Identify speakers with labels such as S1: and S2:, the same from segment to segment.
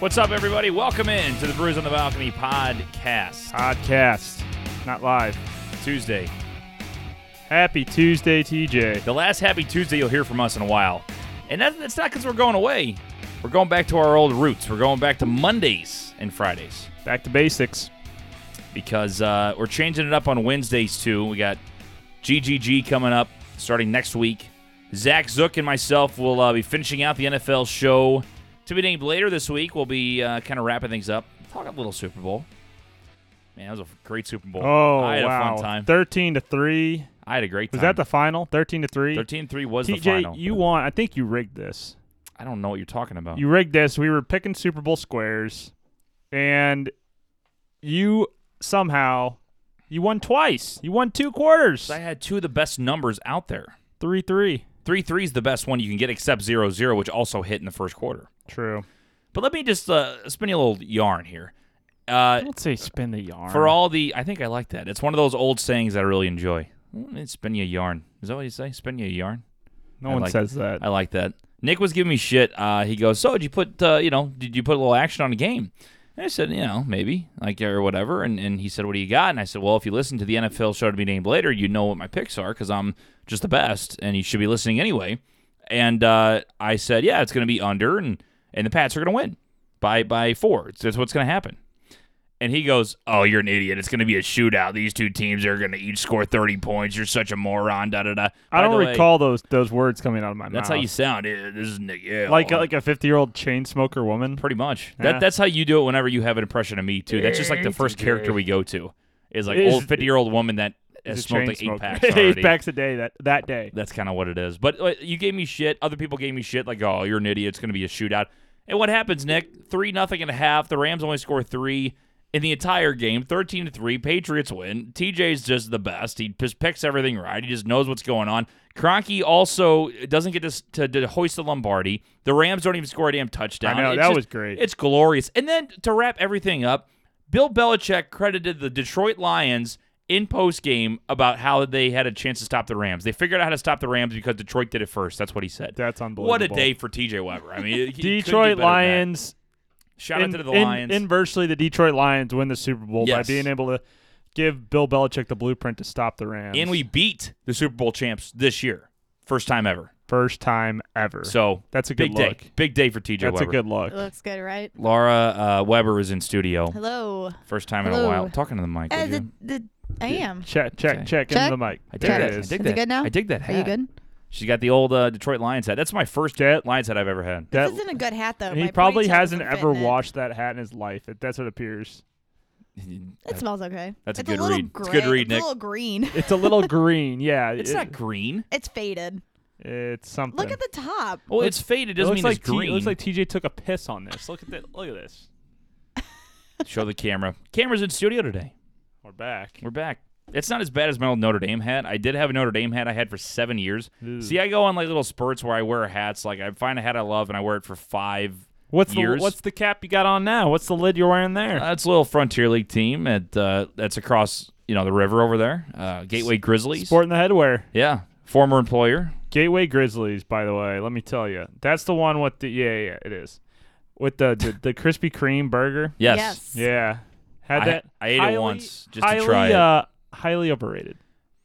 S1: What's up, everybody? Welcome in to the Brews on the Balcony podcast.
S2: Podcast, not live.
S1: Tuesday.
S2: Happy Tuesday, TJ.
S1: The last Happy Tuesday you'll hear from us in a while. And that, that's not because we're going away. We're going back to our old roots. We're going back to Mondays and Fridays
S2: Back to basics.
S1: because uh, we're changing it up on Wednesdays, too. We got GGG coming up starting next week. Zach Zook and myself will uh, be finishing out the NFL show. To be named later this week, we'll be uh, kind of wrapping things up. Talk a little Super Bowl. Man, that was a great Super Bowl.
S2: Oh
S1: I had
S2: wow,
S1: a fun time.
S2: thirteen to three.
S1: I had a great time.
S2: Was that the final? Thirteen to three.
S1: 13-3 was
S2: TJ,
S1: the final.
S2: you won. I think you rigged this.
S1: I don't know what you're talking about.
S2: You rigged this. We were picking Super Bowl squares, and you somehow you won twice. You won two quarters.
S1: I had two of the best numbers out there.
S2: Three three.
S1: 3-3 is the best one you can get except 0-0, which also hit in the first quarter.
S2: True.
S1: But let me just uh, spin you a little yarn here. Uh,
S2: Don't say spin the yarn.
S1: for all the, I think I like that. It's one of those old sayings that I really enjoy. Mm, it's Spin you a yarn. Is that what you say? Spin you a yarn.
S2: no
S1: I
S2: one
S1: like-
S2: says that.
S1: I like that. Nick was giving me shit. Uh, he goes, "So did you put, uh, you know, did you put a little action on the game?" And I said, "You know, maybe, like or whatever." And and he said, "What do you got?" And I said, "Well, if you listen to the NFL show to be named later, you know what my picks are because I'm just the best, and you should be listening anyway." And uh, I said, "Yeah, it's going to be under, and and the Pats are going to win by by four. It's, that's what's going to happen." And he goes, "Oh, you're an idiot! It's going to be a shootout. These two teams are going to each score thirty points. You're such a moron." Da da da.
S2: I
S1: By
S2: don't
S1: the way-
S2: recall those those words coming out of my
S1: that's
S2: mouth.
S1: how you sound. Eh, this is Nick. Yeah,
S2: like uh, like a 50 year old chain smoker woman.
S1: pretty much.
S2: Yeah.
S1: That that's how you do it. Whenever you have an impression of me too, that's just like the first character we go to is like
S2: Is-
S1: old fifty year old woman that
S2: She's
S1: has
S2: a
S1: smoked
S2: chain
S1: like eight
S2: smoker.
S1: packs
S2: eight
S1: already.
S2: packs a day that that day.
S1: That's kind of what it is. But uh, you gave me shit. Other people gave me shit. Like, oh, you're an idiot. It's going to be a shootout. And what happens, Nick? Three nothing and a half. The Rams only score three in the entire game. Thirteen to three. Patriots win. TJ's just the best. He just picks everything right. He just knows what's going on. Kroenke also doesn't get to, s- to, to hoist the Lombardi. The Rams don't even score a damn touchdown.
S2: I know,
S1: It's
S2: that
S1: just-
S2: was great.
S1: It's glorious. And then to wrap everything up, Bill Belichick credited the Detroit Lions in postgame about how they had a chance to stop the Rams. They figured out how to stop the Rams because Detroit did it first. That's what he said.
S2: That's unbelievable.
S1: What a day for TJ Weber. I mean, he couldn't do better
S2: Detroit
S1: than that.
S2: Lions.
S1: Shout
S2: in-
S1: out to the
S2: in-
S1: Lions.
S2: Inversely, the Detroit Lions win the Super Bowl by
S1: Yes.
S2: being able to give Bill Belichick the blueprint to stop the Rams.
S1: and we beat the Super Bowl champs this year. First time ever.
S2: first time ever.
S1: So
S2: That's a good
S1: big day.
S2: look.
S1: Big day for TJ
S2: that's a
S1: Weber.
S2: good look.
S3: It looks good, right?
S1: Laura uh, Weber is in studio.
S3: Hello.
S1: First time in a
S3: Hello.
S1: while. Talking to the mic.
S3: Uh,
S1: would you?
S3: the, the, I am.
S2: Check check
S1: Okay.
S2: check,
S3: Check.
S2: into the mic.
S1: I dig
S2: there
S1: that.
S2: it
S1: I
S2: is.
S1: dig
S3: Is it
S1: that.
S3: good now?
S1: I dig that.
S3: Are you
S1: hat.
S3: good?
S1: She's got the old uh, Detroit Lions hat. That's my first
S2: That-
S1: Lions hat I've ever had.
S2: That-
S3: this isn't a good hat, though.
S2: he
S3: My
S2: probably
S3: ponytail
S2: hasn't
S3: doesn't fit
S2: ever
S3: in it.
S2: watched that hat in his life. It, that's what appears.
S3: It smells okay.
S1: That's a
S3: it's
S1: good
S3: a little
S1: read.
S3: Gray.
S1: It's a good read,
S3: It's
S1: Nick.
S3: a little green.
S2: It's a little green. Yeah,
S1: It's
S2: it-
S1: not green.
S3: it's faded.
S2: It's something.
S3: Look at the top.
S1: Well, it's faded. Doesn't
S2: looks
S1: mean
S2: like
S1: it's green.
S2: T- it looks like TJ took a piss on this. Look at that. Look at this.
S1: Show the camera. Camera's in studio today.
S2: We're back.
S1: We're back. It's not as bad as my old Notre Dame hat. I did have a Notre Dame hat I had for seven years.
S2: Ooh.
S1: See, I go on like little spurts where I wear hats. Like I find a hat I love and I wear it for five.
S2: What's
S1: years. Uh,
S2: the what's the cap you got on now? What's the lid you're wearing there?
S1: That's a little Frontier League team at uh, that's across you know the river over there. Uh, Gateway Grizzlies.
S2: Sporting the headwear.
S1: Yeah, former employer.
S2: Gateway Grizzlies, by the way. Let me tell you, that's the one with the yeah yeah it is, with the the, the Krispy Kreme burger.
S1: Yes.
S2: Yeah, had
S1: I-
S2: that.
S1: I ate it
S2: highly-
S1: once just to
S2: highly,
S1: try it.
S2: Uh, highly overrated.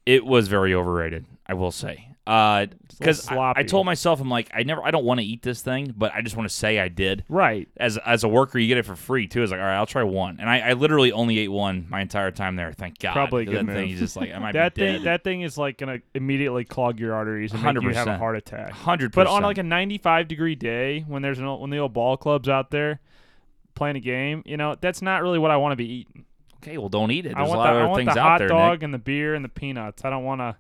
S1: It was very overrated. I will say. Uh,
S2: a little
S1: because I, I
S2: sloppy.
S1: told myself I'm like I never I don't want to eat this thing, but I just want to say I did.
S2: Right.
S1: as as a worker, you get it for free too. It's like, all right, I'll try one, and I, I literally only ate one my entire time there. Thank God.
S2: Probably a
S1: Because
S2: good
S1: that thing
S2: move.
S1: is just like I might
S2: That
S1: be dead.
S2: thing that thing is like gonna immediately clog your arteries and make you have a
S1: 100%.
S2: heart attack.
S1: hundred
S2: But
S1: percent.
S2: on like a 95 degree day when there's an old, when the old ball clubs out there playing a game, you know, that's not really what I want to be eating.
S1: okay, well, don't eat it. There's
S2: I want
S1: a lot
S2: the, I
S1: of other
S2: want
S1: things
S2: the
S1: out
S2: hot
S1: there.
S2: dog
S1: Nick.
S2: and the beer and the peanuts. I don't want to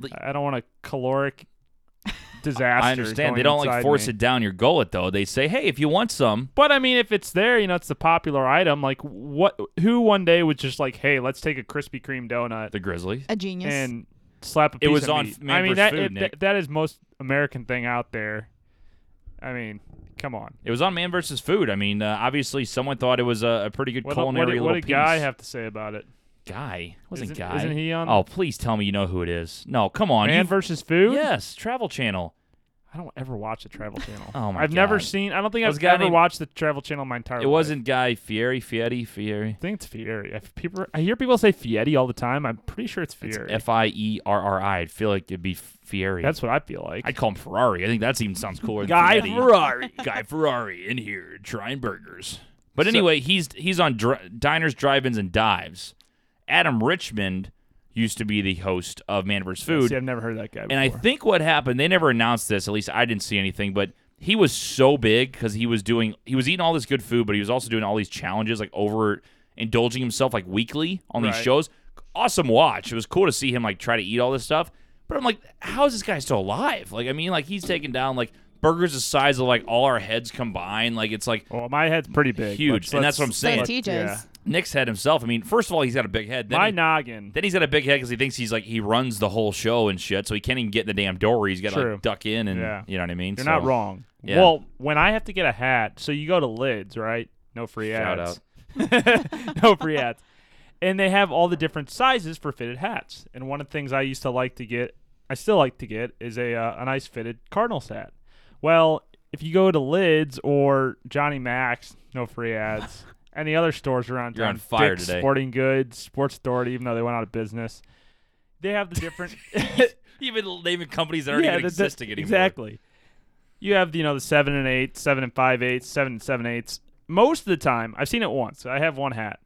S1: Like-
S2: I don't want a caloric disaster.
S1: I understand
S2: going
S1: they don't like
S2: inside
S1: force
S2: me.
S1: it down your gullet though. They say, hey, if you want some,
S2: But I mean, if it's there, you know, it's the popular item. Like, what? Who one day was just like, "Hey, let's take a Krispy Kreme donut
S1: the Grizzlies.
S3: A genius.
S2: and slap a
S1: It
S2: piece
S1: was
S2: of
S1: on
S2: meat."
S1: Man
S2: I mean,
S1: vs.
S2: that,
S1: Food,
S2: if-
S1: Nick.
S2: that- that is most American thing out there. I mean, come on.
S1: It was on Man versus Food. I mean, uh, obviously, someone thought it was a, a pretty good
S2: What, what,
S1: culinary
S2: did-
S1: little
S2: what did
S1: piece.
S2: Guy have to say about it?
S1: Guy wasn't
S2: Isn't-
S1: Guy.
S2: isn't he on-
S1: Oh, please tell me you know who it is. No, come on.
S2: Man
S1: you've-
S2: versus food.
S1: yes, Travel Channel.
S2: I don't ever watch the Travel Channel.
S1: Oh my
S2: I've never
S1: God.
S2: seen. I don't think
S1: Those
S2: I've
S1: guy
S2: ever
S1: named-
S2: watched the Travel Channel my
S1: It
S2: entire. life.
S1: wasn't Guy Fieri, Fieri, Fieri.
S2: I think it's Fieri. If people, I hear people say Fieri all the time. I'm pretty sure it's
S1: It's
S2: Fieri.
S1: F I E R R I. I feel like it'd be Fieri.
S2: That's what I feel like.
S1: I'd call him Ferrari. I think that even sounds cooler. than
S2: Guy
S1: Fieri.
S2: Ferrari.
S1: Guy Ferrari in here trying burgers. But
S2: So-
S1: anyway, he's he's on dr- diners, drive-ins, and dives. Adam Richmond used to be the host of Man vs. Food,
S2: See, I've never heard that guy.
S1: and I
S2: before.
S1: think what happened, they never announced this. At least I didn't see anything, but he was so big because he was doing he was eating all this good food, but he was also doing all these challenges, like over indulging himself like weekly on these
S2: Right.
S1: shows. Awesome watch. It was cool to see him like try to eat all this stuff. But I'm like, how is this guy still alive? Like, I mean, like he's taking down like burgers the size of like all our heads combined. Like it's like
S2: Well, my head's pretty big.
S1: Huge,
S2: Let's-
S1: and that's
S2: let's-
S1: what I'm saying.
S2: let's-
S3: TJ's.
S2: yeah.
S1: Nick's head himself. I mean, first of all, he's got a big head. Then
S2: My
S1: he-
S2: noggin.
S1: then he's got a big head because he thinks he's like he runs the whole show and shit, so he can't even get in the damn door. He's got to
S2: True.
S1: like, duck in and
S2: Yeah.
S1: you know what I mean.
S2: You're
S1: So-
S2: not wrong.
S1: Yeah.
S2: Well, when I have to get a hat, so you go to Lids, right? No free
S1: Shout
S2: ads. no free ads. And they have all the different sizes for fitted hats. And one of the things I used to like to get, I still like to get, is a uh, a nice fitted Cardinals hat. Well, if you go to Lids or Johnny Max, no free ads. Any other stores around
S1: You're on
S2: town,
S1: fire
S2: Dick's
S1: today.
S2: Sporting Goods, Sports Authority, even though they went out of business, they have the different.
S1: Even naming companies that aren't even
S2: the- the-
S1: existing anymore.
S2: Exactly. You have you know the seven and eight, seven and five eighths, seven and seven eighths. Most of the time, I've seen it once. I have one hat.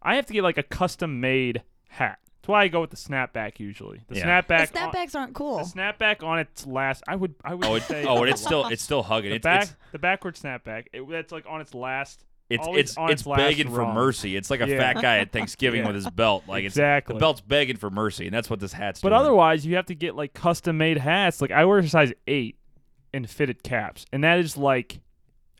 S2: I have to get like a custom made hat. That's why I go with the snapback usually. The
S1: Yeah.
S2: snapback.
S3: the snapbacks aren't cool.
S2: On, the snapback on its last. I would. I would
S1: Oh, it,
S2: say.
S1: oh, and it's still it's still hugging.
S2: the
S1: it's,
S2: back.
S1: it's
S2: the backward snapback. It, that's like on its last.
S1: it's
S2: always
S1: it's
S2: on
S1: it's
S2: its last
S1: begging for
S2: rung.
S1: mercy. It's like a
S2: Yeah.
S1: fat guy at Thanksgiving
S2: Yeah.
S1: with his belt. Like it's
S2: Exactly.
S1: the belt's begging for mercy, and that's what this hat's
S2: But
S1: doing.
S2: otherwise, you have to get like custom made hats. Like I wear a size eight in fitted caps, and that is like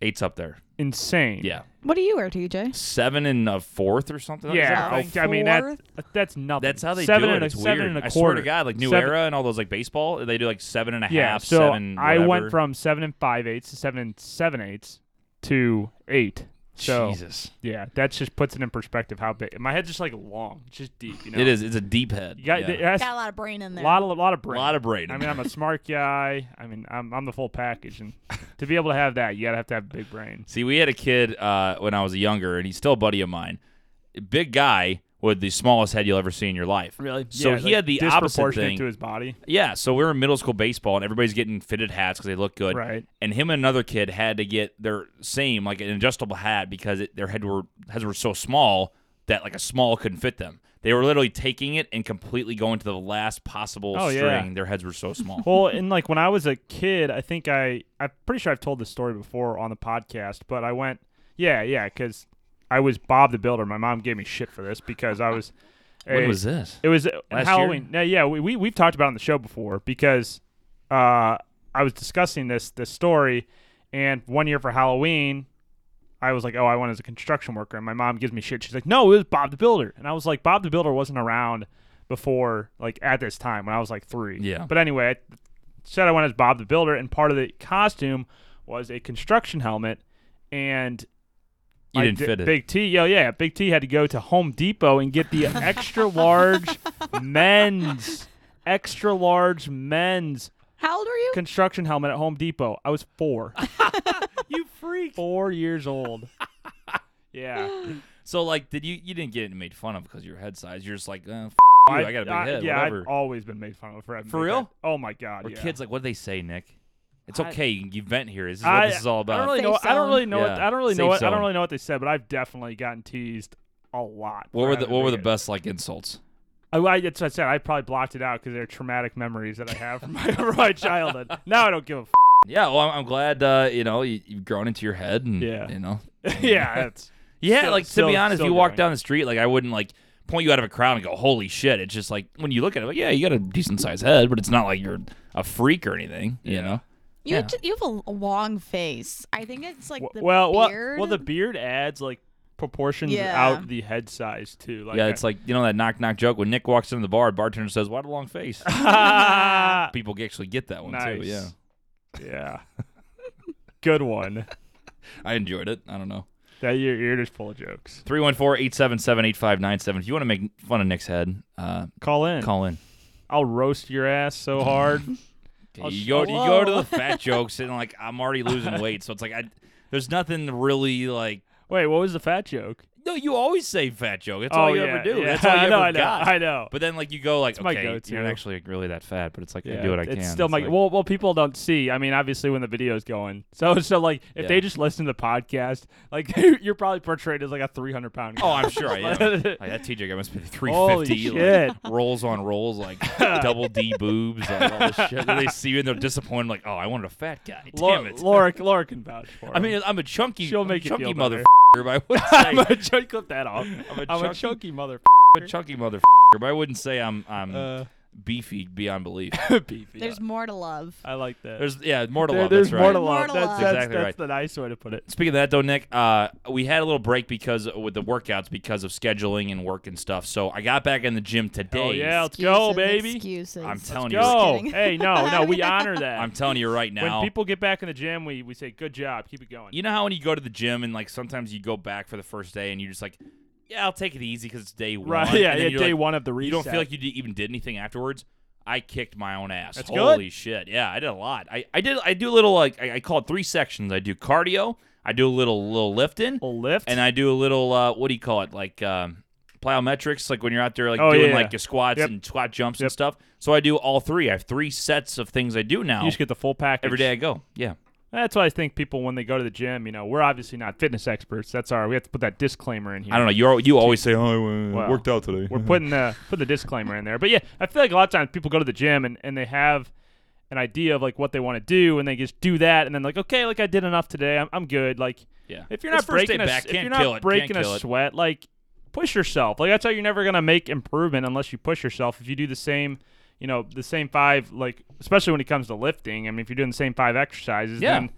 S1: eight's up there.
S2: insane.
S1: Yeah,
S3: What do you wear, TJ?
S1: seven and a fourth or something. Is
S2: Yeah,
S1: that a
S2: I,
S1: thing?
S2: I mean that,
S3: fourth?
S2: that's nothing.
S1: That's how they
S2: seven
S1: do it.
S2: And a,
S1: it's
S2: seven
S1: weird.
S2: and a
S1: I
S2: quarter.
S1: swear to God, like New
S2: Seven-
S1: Era and all those like baseball, they do like seven and a half,
S2: Yeah. So
S1: seven.
S2: I
S1: whatever.
S2: went from seven and five eighths to seven and seven eighths to eight. So
S1: Jesus,
S2: yeah, that just puts it in perspective how big my head's just like long, it's just deep. You know,
S1: it is. It's a deep head.
S2: You got
S1: Yeah.
S2: it has
S3: Got a lot of brain in there.
S2: lot of lot of
S1: a
S2: brain.
S1: lot of brain.
S2: I mean, I'm a smart guy. I mean, I'm I'm the full package, and to be able to have that, you gotta have to have big brain.
S1: See, we had a kid uh, when I was younger, and he's still a buddy of mine. Big guy with the smallest head you'll ever see in your life. Really? So
S2: Yeah,
S1: he
S2: like
S1: had the opposite
S2: disproportionate
S1: thing.
S2: to his body.
S1: yeah. So we were in middle school baseball, and everybody's getting fitted hats because they look good.
S2: Right.
S1: And him and another kid had to get their same like an adjustable hat because it, their head were heads were so small that like a small couldn't fit them. They were literally taking it and completely going to the last possible
S2: Oh, yeah.
S1: string. Their heads were so small.
S2: well, and like when I was a kid, I think I I'm pretty sure I've told this story before on the podcast, but I went, yeah, yeah, because I was Bob the Builder. My mom gave me shit for this because I was.
S1: when
S2: a-
S1: was this?
S2: It was uh,
S1: Last
S2: Halloween. Yeah, yeah, we, we we've talked about it on the show before because uh, I was discussing this this story, and one year for Halloween, I was like, oh, I went as a construction worker, and my mom gives me shit. She's like, no, it was Bob the Builder, and I was like, Bob the Builder wasn't around before like at this time when I was like three.
S1: Yeah.
S2: But anyway, I said I went as Bob the Builder, and part of the costume was a construction helmet, and
S1: You
S2: like
S1: didn't
S2: di-
S1: fit it.
S2: Big T, yo, yeah, Big T had to go to Home Depot and get the extra large men's, extra large men's
S3: How old were you?
S2: construction helmet at Home Depot. I was four,
S1: you freak.
S2: four years old. Yeah,
S1: So like, did you you didn't get made fun of because your head size? You're just like, uh, f- you, I, got a big head.
S2: yeah,
S1: whatever.
S2: I've always been made fun of for having
S1: For
S2: big
S1: real?
S2: head. Oh my god,
S1: Or
S2: yeah.
S1: kids like, what do they say, Nick? It's
S2: I-
S1: okay. You, you vent here. This is what
S2: I,
S1: this is all about.
S2: I don't really
S3: Safe
S2: know. I don't
S3: zone.
S2: really know. What,
S1: Yeah,
S2: I don't really know.
S1: safe
S2: What, I
S1: zone.
S2: don't really know what they said, but I've definitely gotten teased a lot.
S1: what
S2: for
S1: were the
S2: having a
S1: What were
S2: big
S1: the
S2: head.
S1: best like insults?
S2: I, I, that's what I said. I probably blocked it out because they're traumatic memories that I have from my, from my childhood. Now I don't give a. F-
S1: Yeah. Well, I'm, I'm glad uh, you know you, you've grown into your head and
S2: Yeah.
S1: you know.
S2: yeah, that's
S1: Yeah.
S2: Still-
S1: like to be
S2: still-
S1: honest, if
S2: still
S1: you walk
S2: growing.
S1: down the street, like I wouldn't like point you out of a crowd and go, "Holy shit!" It's just like when you look at it, like, yeah, you got a decent sized head, but it's not like you're a freak or anything. You know.
S3: You,
S1: Yeah.
S3: ju- you have a, a long face. I think it's like the
S2: well, well,
S3: beard.
S2: well, the beard adds like proportions
S3: Yeah.
S2: out the head size too. Like
S1: yeah, it's like you know that knock knock joke when Nick walks into the bar, bartender says, "Why the long face?"
S2: nice.
S1: People actually get that one too. Yeah,
S2: yeah, good one.
S1: I enjoyed it. I don't know.
S2: That your ear is full of jokes.
S1: 314-877-8597. If you want to make fun of Nick's head, uh,
S2: Call in.
S1: call in.
S2: I'll roast your ass so hard. I'll
S1: you
S2: sh-
S1: go,
S2: I'll-
S1: you go to the fat jokes, and like I'm already losing weight, so it's like I, there's nothing really like.
S2: Wait, what was the fat joke?
S1: No, you always say fat joke. That's all you
S2: Oh, yeah,
S1: ever do.
S2: yeah.
S1: That's all you
S2: I know,
S1: ever
S2: I know,
S1: got.
S2: I know.
S1: But then, like, you go like,
S2: my
S1: okay,
S2: go-to.
S1: you're not actually like, really that fat, but it's like I
S2: Yeah,
S1: do what I
S2: it's
S1: can.
S2: still
S1: It's
S2: my
S1: like-
S2: well, well, people don't see. I mean, obviously, when the video's going, so so like if
S1: Yeah.
S2: they just listen to the podcast, like you're probably portrayed as like a 300 pound.
S1: Oh, I'm sure I am. like,
S2: Like-
S1: that TJ guy must be
S2: Holy
S1: 350.
S2: shit.
S1: Like, rolls on rolls, like double D boobs, like all this shit. Then they see you and they're disappointed, like, oh, I wanted a fat guy. Damn
S2: Laura,
S1: it.
S2: Laura, Laura can vouch for.
S1: I
S2: him.
S1: mean, I'm a chunky,
S2: She'll
S1: I'm a
S2: make you
S1: chunky
S2: feel
S1: motherfucker,
S2: better.
S1: but I wouldn't
S2: I'm
S1: say
S2: a chunk. Clip that off.
S1: I'm a
S2: I'm
S1: chunky-
S2: a chunky mother.
S1: I'm a chunky motherfucker, but I wouldn't say I'm I'm
S2: Uh,
S1: beefy beyond belief.
S2: beefy.
S3: There's more to love.
S2: I like that.
S1: There's yeah, more to
S2: There-
S1: love.
S2: there's
S1: that's right.
S2: more to
S3: More
S2: love.
S3: to
S2: That's,
S3: love.
S2: that's,
S1: Exactly
S2: that's
S1: right.
S2: the nice way to put it.
S1: Speaking of that, though, Nick, uh, we had a little break because uh, with the workouts because of scheduling and work and stuff. So I got back in the gym today.
S2: Oh yeah, let's
S3: Excuses,
S2: go, baby.
S3: Excuses.
S1: I'm telling you,
S2: Go.
S3: kidding.
S2: Hey, no, no, we honor that.
S1: I'm telling you right now.
S2: When people get back in the gym, we, we say, good job, keep it going.
S1: You know how when you go to the gym and like sometimes you go back for the first day and you're just like, yeah, I'll take it easy because it's day one.
S2: right, yeah,
S1: And
S2: yeah
S1: then you're
S2: day
S1: like-
S2: one of the reset.
S1: You don't feel like you d- even did anything afterwards. I kicked my own ass.
S2: That's
S1: Holy shit! Yeah, I did a lot. I, I did I do a little like I, I call it three sections. I do cardio. I do a little little lifting,
S2: a Oh, lift.
S1: and I do a little uh, what do you call it like um, plyometrics, like when you're out there like
S2: Oh,
S1: doing
S2: yeah.
S1: like your squats
S2: Yep.
S1: and squat jumps and
S2: Yep.
S1: stuff. So I do all three. I have three sets of things I do now
S2: you just get the full package.
S1: every day I go. Yeah.
S2: That's why I think people, when they go to the gym, you know, we're obviously not fitness experts. That's our, we have to put that disclaimer in here.
S1: I don't know. You you always say, "Oh, I uh,
S2: Wow.
S1: worked out today."
S2: We're putting the put the disclaimer in there. But yeah, I feel like a lot of times people go to the gym and, and they have an idea of like what they want to do and they just do that and then like okay, like I did enough today. I'm, I'm good. Like
S1: Yeah.
S2: if you're not
S1: It's first day
S2: breaking a,
S1: back,
S2: if
S1: can't
S2: you're
S1: kill
S2: not
S1: it,
S2: breaking
S1: can't kill
S2: a
S1: it.
S2: sweat, like push yourself. Like that's how you're never gonna make improvement unless you push yourself. If you do the same, you know, the same five, like especially when it comes to lifting. I mean, if you're doing the same five exercises,
S1: Yeah.
S2: then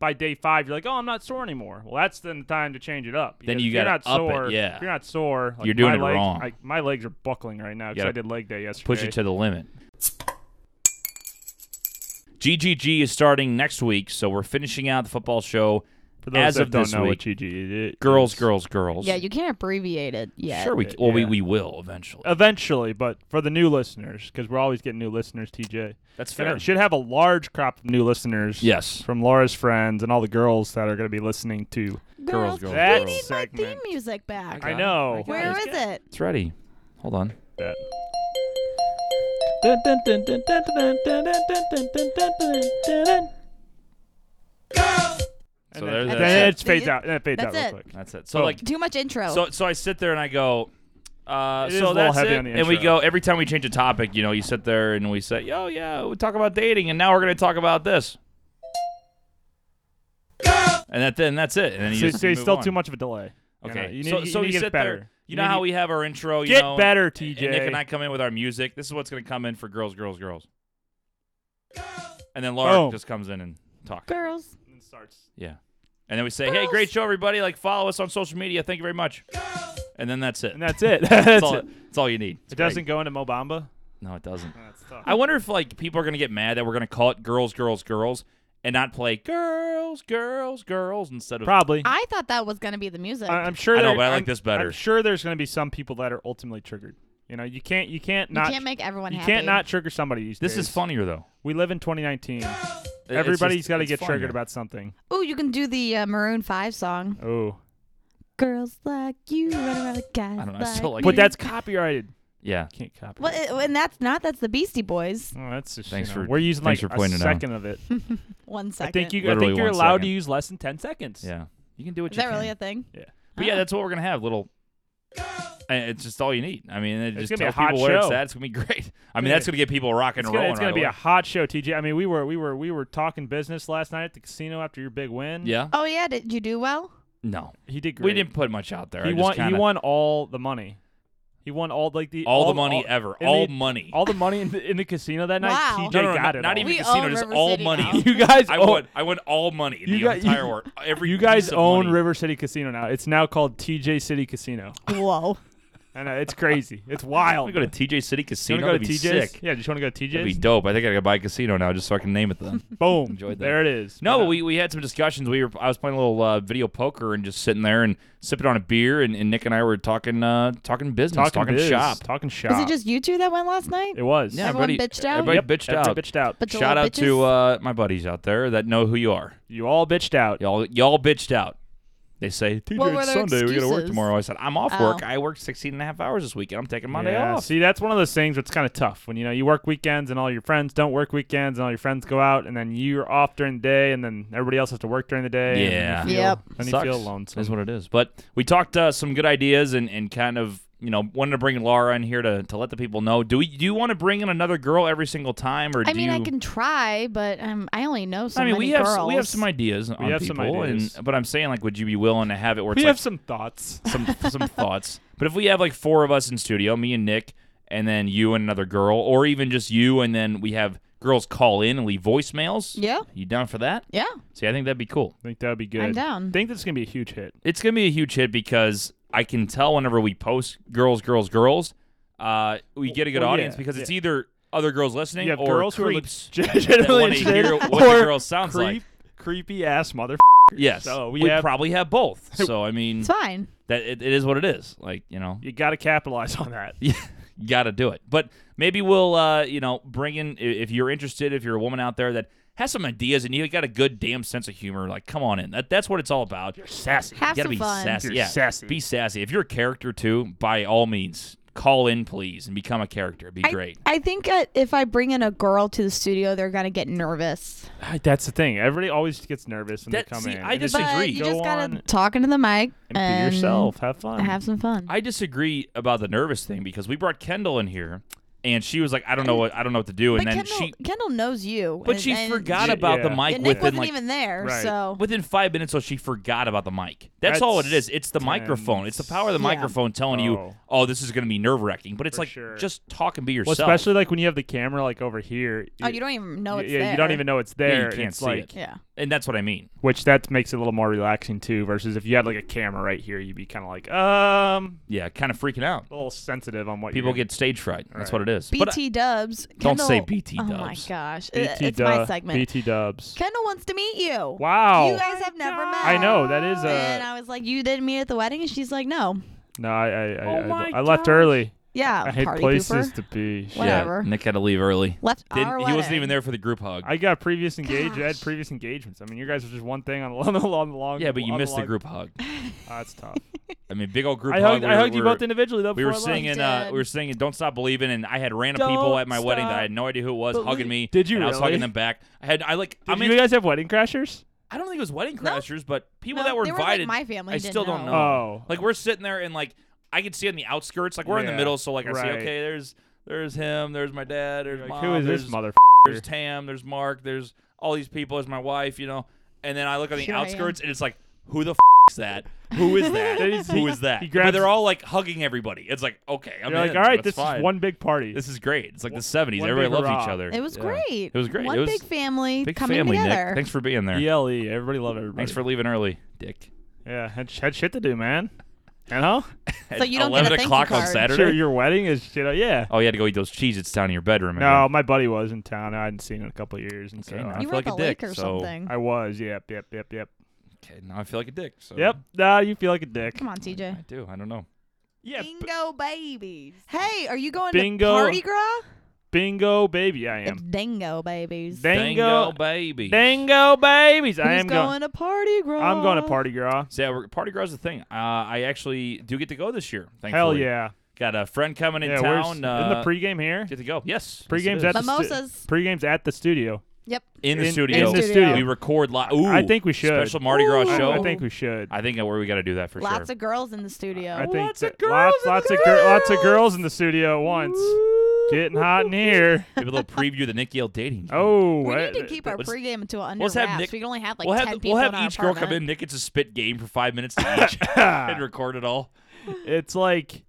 S2: by day five you're like, oh, I'm not sore anymore. Well, that's then the time to change it up.
S1: Then
S2: because
S1: you
S2: if you're
S1: gotta
S2: not
S1: up it,
S2: sore.
S1: yeah.
S2: if you're not sore. Like
S1: You're doing
S2: my
S1: it
S2: legs,
S1: wrong.
S2: I, my legs are buckling right now because
S1: gotta
S2: I did leg day yesterday.
S1: push it to the limit. GGG is starting next week, so we're finishing out the football show.
S2: For those
S1: as
S2: that
S1: of
S2: don't
S1: this
S2: know what
S1: week.
S2: GG is.
S1: Girls, girls, girls.
S3: Yeah, you can't abbreviate it yet.
S1: sure we well we,
S2: Yeah.
S1: we will eventually.
S2: Eventually, but for the new listeners, because we're always getting new listeners, TJ.
S1: That's
S2: And
S1: fair.
S2: it should have a large crop of new listeners.
S1: Yes.
S2: From Laura's friends and all the girls that are going to be listening to.
S1: Girls,
S3: Girls,
S1: girls,
S3: we
S2: girls.
S3: need
S2: That
S3: my theme
S2: segment.
S3: music back.
S1: got
S2: I
S1: it.
S2: know.
S1: I got
S3: Where
S1: it.
S3: is it?
S1: It's ready. Hold on.
S2: That.
S1: So
S2: And
S1: there-
S2: then,
S1: that's
S2: then
S1: it.
S2: it fades out. Then it fades
S3: That's
S2: out
S3: it.
S2: real quick.
S1: That's it. So
S2: Oh.
S1: like
S3: Too much intro.
S1: so so I sit there and I go uh,
S2: It is a
S1: so
S2: little
S1: that's
S2: heavy
S1: it.
S2: on the
S1: and we
S2: intro.
S1: go every time we change a topic, you know, you sit there and we say, "Oh yeah, we talk about dating, and now we're going to talk about this." And that, then that's it. And then you
S2: So,
S1: just
S2: so it's
S1: move
S2: still
S1: on.
S2: too much of a delay. You
S1: Okay.
S2: know, You need,
S1: so
S2: you
S1: so
S2: need
S1: you
S2: to get
S1: sit
S2: better.
S1: there. You know how
S2: need-
S1: we have our intro. You
S2: get
S1: know,
S2: better,
S1: and
S2: TJ.
S1: Nick and I come in with our music. This is what's going to come in for girls, girls, girls. And then Laura
S2: Boom.
S1: just comes in and talks.
S3: girls.
S2: And starts.
S1: Yeah. And then we say, "Hey, great show, everybody! Like, follow us on social media. Thank you very much." And then that's it.
S2: And that's it. that's
S1: all.
S2: it.
S1: That's all you need. It's
S2: It
S1: great.
S2: doesn't go into Mobamba.
S1: No, it doesn't.
S2: That's tough.
S1: I wonder if like people are gonna get mad that we're gonna call it girls, girls, girls, and not play girls, girls, girls instead of.
S2: Probably.
S3: I thought that was gonna be the music.
S2: I, am sure.
S1: I know,
S2: there-
S1: but I like
S2: I'm-
S1: this better.
S2: I'm sure there's going to be some people that are ultimately triggered. You know, you can't. You can't
S3: you
S2: not.
S3: can't make everyone
S2: you
S3: happy.
S2: can't not trigger somebody these
S1: this
S2: days.
S1: is funnier though.
S2: We live in 2019.
S1: It- it's
S2: Everybody's
S1: just-
S2: got to
S1: it's
S2: get
S1: funnier.
S2: triggered about something.
S3: Oh, you can do the uh, Maroon Five song.
S2: Oh,
S3: Girls like you run around with guys.
S1: I don't know, I
S3: Like
S1: still like
S2: but
S1: it.
S3: you.
S2: that's copyrighted.
S1: Yeah.
S2: Can't copy.
S3: Well, it- and that's not. That's the Beastie Boys.
S2: Oh, that's just.
S1: Thanks
S2: you know,
S1: for-
S2: we're using
S1: thanks
S2: like
S1: for pointing
S2: a
S1: it out.
S2: second of it.
S3: One second.
S2: I think you. I
S1: Literally
S2: think you're
S1: one
S2: allowed
S1: second.
S2: to use less than 10 seconds.
S1: Yeah. You can do what
S3: Is
S1: you
S3: that
S1: can.
S3: really a thing?
S2: Yeah.
S1: But yeah,
S3: Oh.
S1: that's what we're gonna have. Little. And It's just all you need. I mean, it
S2: It's
S1: just
S2: gonna be
S1: tell
S2: a hot
S1: people where it's
S2: show.
S1: at. It's gonna be great. I mean,
S2: Yeah.
S1: that's gonna get people rocking
S2: It's
S1: and
S2: gonna,
S1: rolling.
S2: it's gonna
S1: right
S2: be a
S1: away.
S2: hot show, TJ. I mean, we were we were we were talking business last night at the casino after your big win.
S1: Yeah.
S3: Oh yeah. Did you do well?
S1: No,
S2: he did great.
S1: we didn't put much out there. I
S2: He
S1: just
S2: won.
S1: kinda-
S2: He won all the money. He won all like the
S1: all the money
S2: all-
S1: ever.
S2: in
S1: All
S2: the,
S1: money.
S2: all the money in the, in the casino that night.
S3: Wow.
S2: TJ
S1: no, no, no,
S2: got
S1: not,
S2: it.
S1: not
S2: all.
S1: even
S3: We
S1: casino,
S3: own
S1: just
S3: River
S1: all
S3: City
S1: money.
S3: now.
S2: you guys.
S1: I
S2: own,
S1: won. I won all money. The
S2: You got-
S1: entire
S2: you-
S1: world. Every
S2: You guys
S1: piece of
S2: own
S1: money.
S2: River City Casino now. It's now called TJ City Casino.
S3: Whoa.
S2: I know it's crazy. It's
S1: I'm
S2: wild.
S1: gonna go to TJ City Casino.
S2: You wanna go
S1: That'd
S2: to
S1: be
S2: TJ's?
S1: sick.
S2: Yeah, just want to go to
S1: That'd be
S2: TJ's.
S1: dope. I think I gotta buy a casino now just so I can name it then.
S2: Boom.
S1: Enjoyed that.
S2: There it is.
S1: No, but we, we had some discussions. We were I was playing a little uh, video poker and just sitting there and sipping on a beer, and, and Nick and I were talking uh, talking business,
S2: talking,
S1: talking,
S2: biz,
S1: shop.
S2: Talking shop.
S3: Was
S1: Uh,
S3: it just you two that went last night?
S2: It was.
S1: Yeah,
S3: Everyone
S1: everybody
S3: bitched out?
S1: Everybody
S2: Yep,
S1: bitched
S2: everybody
S1: out.
S2: Bitched out.
S3: Bunch of
S1: Shout
S3: little
S1: out to
S3: bitches?
S1: uh, my buddies out there that know who you are.
S2: You all bitched out.
S1: Y'all y'all bitched out. They say, TJ,
S3: What were
S1: it's
S3: their
S1: Sunday. We got to work
S3: excuses?
S1: tomorrow. I said, I'm off
S3: Oh.
S1: work. I worked 16 and a half hours this weekend. I'm taking Monday
S2: Yeah,
S1: off.
S2: See, that's one of those things that's kind of tough when you know you work weekends and all your friends don't work weekends and all your friends go out and then you're off during the day and then everybody else has to work during the day.
S1: Yeah.
S2: and then you feel,
S3: Yep.
S2: Then
S1: Sucks.
S2: you feel lonesome.
S1: Is what it is. But we talked uh, some good ideas and, and kind of you know wanted to bring Laura in here to, to let the people know. Do we do you want to bring in another girl every single time or
S3: I
S1: do
S3: mean,
S1: you?
S3: I can try, but um, I only know so
S1: I mean,
S3: many
S1: we have
S3: girls.
S1: we have some ideas on
S2: have some
S1: people,
S2: ideas.
S1: and but I'm saying like, would you be willing to have it where it's
S2: we
S1: like
S2: have some thoughts.
S1: some some thoughts. But if we have like four of us in studio, me and Nick, and then you and another girl, or even just you, and then we have girls call in and leave voicemails.
S3: Yeah.
S1: you down for that?
S3: Yeah,
S1: See, I think that'd be cool.
S2: I think that'd be good.
S3: I'm down.
S2: think this is gonna be a huge hit.
S1: It's gonna be a huge hit because I can tell whenever we post girls, girls, girls, uh, we get a good
S2: well,
S1: audience
S2: yeah,
S1: because
S2: yeah.
S1: it's either other girls listening
S2: You have
S1: or
S2: girls
S1: creeps
S2: who are
S1: that
S2: legitimately
S1: want to hear
S2: shit
S1: what the
S2: or
S1: girl sounds
S2: creep,
S1: like.
S2: creepy ass mother.
S1: Yes,
S2: So we
S1: we,
S2: have-
S1: probably have both. So I mean,
S3: it's fine.
S1: that it, it is what it is. Like you know,
S2: You gotta capitalize on that.
S1: you got to do it. But maybe we'll, uh, you know, bring in i- if you're interested, if you're a woman out there that has some ideas and you got a good damn sense of humor, like come on in. That that's what it's all about. You're
S2: Sassy.
S3: Have
S1: you gotta
S3: some
S1: be
S3: fun.
S1: sassy.
S2: You're
S1: yeah,
S2: sassy.
S1: be sassy. If you're a character too, by all means, call in please and become a character. It'd be
S3: I,
S1: great.
S3: I think uh, if I bring in a girl to the studio, they're gonna get nervous.
S2: That's the thing. Everybody always gets nervous when
S1: That-
S2: they come
S1: see,
S2: in.
S1: I
S2: It is
S1: just-
S3: But
S1: Disagree.
S3: you
S2: Go
S3: just gotta
S2: on.
S3: talk into the mic
S2: and be yourself. Have fun.
S3: Have some fun.
S1: I disagree about the nervous thing because we brought Kendall in here and she was like, I don't know what I don't know what to do, and
S3: but
S1: then
S3: Kendall,
S1: she.
S3: Kendall knows you.
S1: But
S3: and-
S1: she
S3: and-
S1: forgot
S2: Yeah.
S1: about the
S2: Yeah,
S1: mic
S3: And Nick
S1: within
S3: wasn't
S1: like
S3: even there,
S2: Right.
S3: so oh,
S1: within five minutes, so she forgot about the mic. That's, all it
S2: That's
S1: is. It's the microphone. It's the power of the
S3: Yeah.
S1: microphone telling you,
S2: Oh.
S1: oh, this is going to be nerve wracking. But it's
S2: For
S1: like
S2: sure.
S1: just talk and be
S2: Well,
S1: yourself.
S2: especially like when you have the camera like over here.
S3: oh, you don't even know
S2: y-
S3: it's
S2: yeah,
S3: there.
S2: you don't even know it's
S1: you
S2: there.
S1: can't
S2: it's
S1: see
S2: like,
S1: it.
S3: Yeah,
S1: and that's what I mean.
S2: Which that makes it a little more relaxing too. Versus if you had like a camera right here, you'd be kind of like, um,
S1: Yeah, kind of freaking out.
S2: a little sensitive on what
S1: People
S2: you're-
S1: get stage fright. That's what it
S2: Right.
S1: is. But I-
S3: BT Dubs.
S1: Don't
S3: Kendall-
S1: say BT
S3: Oh my
S1: Dubs.
S3: gosh, Uh,
S2: BT
S3: it's my
S2: dub-
S3: segment.
S2: BT Dubs.
S3: Kendall wants to meet you.
S2: Wow.
S3: You guys have never met.
S2: I know that is
S3: And
S2: a
S3: I was like, you didn't meet at the wedding, and she's like, no.
S2: no. I I I,
S1: Oh
S2: I,
S1: my
S2: I left early.
S3: Yeah,
S2: I hate
S3: party
S2: places
S3: pooper.
S2: to be.
S1: yeah,
S3: whatever.
S1: Nick had to leave early.
S3: Left
S1: Didn't-
S3: our
S1: he wasn't even
S3: wedding.
S1: there for the group hug.
S2: I got previous engage. I had
S3: Gosh.
S2: previous engagements. I mean, your guys were just one thing on the long, on the long.
S1: yeah, but you
S2: on the
S1: missed the
S2: long-
S1: group hug.
S2: Ah, that's tough.
S1: I mean, big old group
S2: I
S1: hug.
S2: hugged,
S1: we
S2: I
S1: were-
S2: hugged you
S1: we were-
S2: both individually though.
S1: We were
S2: before I left.
S1: singing. Uh,
S3: Did.
S1: we were singing "Don't Stop Believing," and I had random people
S2: Don't
S1: at my wedding that I
S2: stop
S1: had no idea who it was
S2: believing.
S1: hugging me.
S2: Did you
S1: And I was
S2: really?
S1: hugging them back. I had. I like.
S2: Did
S1: I'm in
S2: you guys have wedding crashers?
S1: I don't think it was wedding
S3: No.
S1: crashers, but people
S3: No,
S1: that were
S3: they were, like,
S1: invited.
S3: my family
S1: I
S3: didn't
S1: still don't
S3: know.
S1: know.
S2: Oh.
S1: Like we're sitting there and like I could see on the outskirts. Like we're in the
S2: Yeah,
S1: middle, so like I see
S2: right.
S1: okay, there's there's him, there's my dad, there's
S2: Like,
S1: mom,
S2: who is this
S1: there's,
S2: mother?
S1: There's Tam, there's Mark, there's all these people, there's my wife, you know. And then I look on the
S3: Here I am.
S1: outskirts and it's like, who the f- is that? Who is that?
S2: Then he's-
S1: who
S2: he-
S1: is that?
S2: he
S1: but
S2: grabs-
S1: they're all like hugging everybody. It's like okay, I'm
S2: You're like,
S1: in.
S2: all right,
S1: That's
S2: this
S1: fine.
S2: is one big party.
S1: This is great. It's like the
S2: One-
S1: 70s.
S2: one
S1: Everybody
S2: big
S1: loves each
S2: hurrah.
S1: other.
S3: It was
S1: Yeah.
S3: great.
S1: It was great.
S3: One
S1: it was
S3: big family
S1: big
S3: coming
S1: family,
S3: together.
S1: Nick. Thanks for being there.
S2: ELE. E Everybody love everybody.
S1: Thanks for leaving early, Dick.
S2: yeah. Had, had shit to do, man. You know,
S3: So you don't
S1: 11
S3: get a thank you
S1: o'clock on
S3: card.
S1: Saturday.
S2: sure. Your wedding is you know yeah.
S1: Oh, you had to go eat those Cheez Its down in your bedroom.
S2: No, my buddy was in town. I hadn't seen him in a couple of years, and
S1: Okay,
S2: so
S1: nice.
S2: I-
S1: I
S3: you
S1: feel
S3: were
S1: like
S3: at
S1: a
S3: the
S1: dick,
S3: lake or
S1: so
S3: something.
S2: I was. Yep, yep, yep, yep.
S1: Okay, now I feel like a dick. So
S2: Yep. Now you feel like a dick.
S3: Come on, TJ.
S1: I do. I don't know.
S2: Yeah. b-
S3: Bingo babies. Hey, are you going
S2: Bingo.
S3: to Party Gras?
S2: bingo, baby. I
S3: It's
S2: am.
S3: Dingo babies.
S2: Dango,
S1: baby.
S2: dango, babies. I
S3: Who's
S2: am
S3: going, to Party Gras?
S2: I'm going to party, girl.
S1: So, yeah, we're- Party Gras is a thing. Uh, I actually do get to go this year. Thankfully.
S2: Hell yeah.
S1: Got a friend coming in
S2: yeah. where's-
S1: town. Uh,
S2: isn't the pregame here?
S1: get to go. Yes.
S2: Pregame's
S1: yes,
S2: at
S3: Um,
S1: it is.
S2: the
S3: Mimosas.
S2: stu- pregame's at the studio.
S3: Yep.
S1: in the
S2: in-
S1: studio.
S2: in the
S3: studio.
S1: We record live. Ooh,
S2: I think we should.
S1: special Mardi Gras
S3: Ooh.
S1: show.
S2: I think we should.
S1: I think where we got to do that for
S3: Lots
S1: sure.
S3: of girls in the studio.
S2: I think
S1: Lots of
S2: that-
S1: girls
S2: lots,
S1: in
S2: lots
S1: the
S2: of gir- lots of girls in the studio at once. Getting hot in here.
S1: Give a little preview of the Nick Yale dating. game.
S2: Oh,
S3: we
S2: wait.
S3: need to keep our
S1: let's-
S3: pregame to an under
S1: let's have
S3: wraps.
S1: Nick-
S3: we can only have like
S1: we'll
S3: 10
S1: have
S3: people
S1: we'll have
S3: in our
S1: each girl come in.
S3: apartment.
S1: Nick gets a spit game for five minutes to each and record it all.
S2: it's like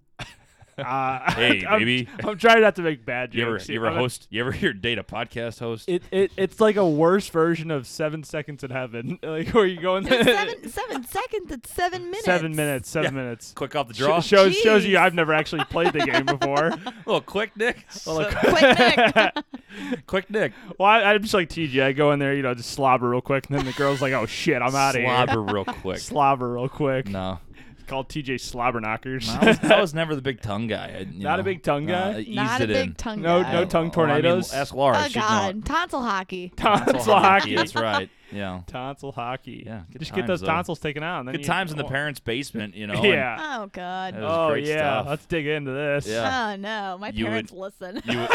S2: Uh,
S1: Hey,
S2: I'm,
S1: baby.
S2: I'm trying not to make bad
S1: You ever
S2: jokes.
S1: you ever
S2: I'm not-
S1: host you ever hear date a podcast host?
S2: It, it it's like a worse version of Seven Seconds in Heaven, like where you go in
S3: There's
S2: the
S3: seven seven seconds. It's seven minutes.
S2: seven minutes, seven
S1: Yeah.
S2: minutes.
S1: Quick off the draw.
S2: Sh- shows shows you
S3: Jeez.
S2: I've never actually played the game before.
S1: little quick Nick.
S2: Well, like-
S3: Quick, Nick.
S1: quick Nick.
S2: well, I, I'm just like TG. I go in there, you know, just slobber real quick, and then the girl's like, "Oh shit, I'm out of here."
S1: Slobber real quick.
S2: Slobber real quick.
S1: No.
S2: It's called TJ Slobber Knockers.
S1: I was, I was never the big tongue guy. I- you
S2: Not
S1: know,
S2: a big tongue
S1: uh,
S2: guy?
S1: I eased
S3: Not a
S1: it
S3: big
S1: in.
S3: tongue.
S2: No-
S3: guy.
S2: no tongue
S1: Well, I mean,
S2: tornadoes?
S1: ask Laura.
S3: Oh
S1: she'd know it.
S3: God, tonsil hockey.
S2: tonsil hockey.
S1: That's right. Yeah.
S2: Tonsil hockey.
S1: Yeah, good
S2: just get
S1: times,
S2: those
S1: though.
S2: tonsils taken out. And then
S1: Good
S2: you-
S1: times in the parents' basement. You know. and
S2: Yeah.
S3: Oh God.
S1: That was
S2: Oh
S1: great
S2: yeah,
S1: stuff.
S2: let's dig into this.
S1: Yeah.
S3: Oh no, my
S1: You would-
S3: parents listen.
S1: you would-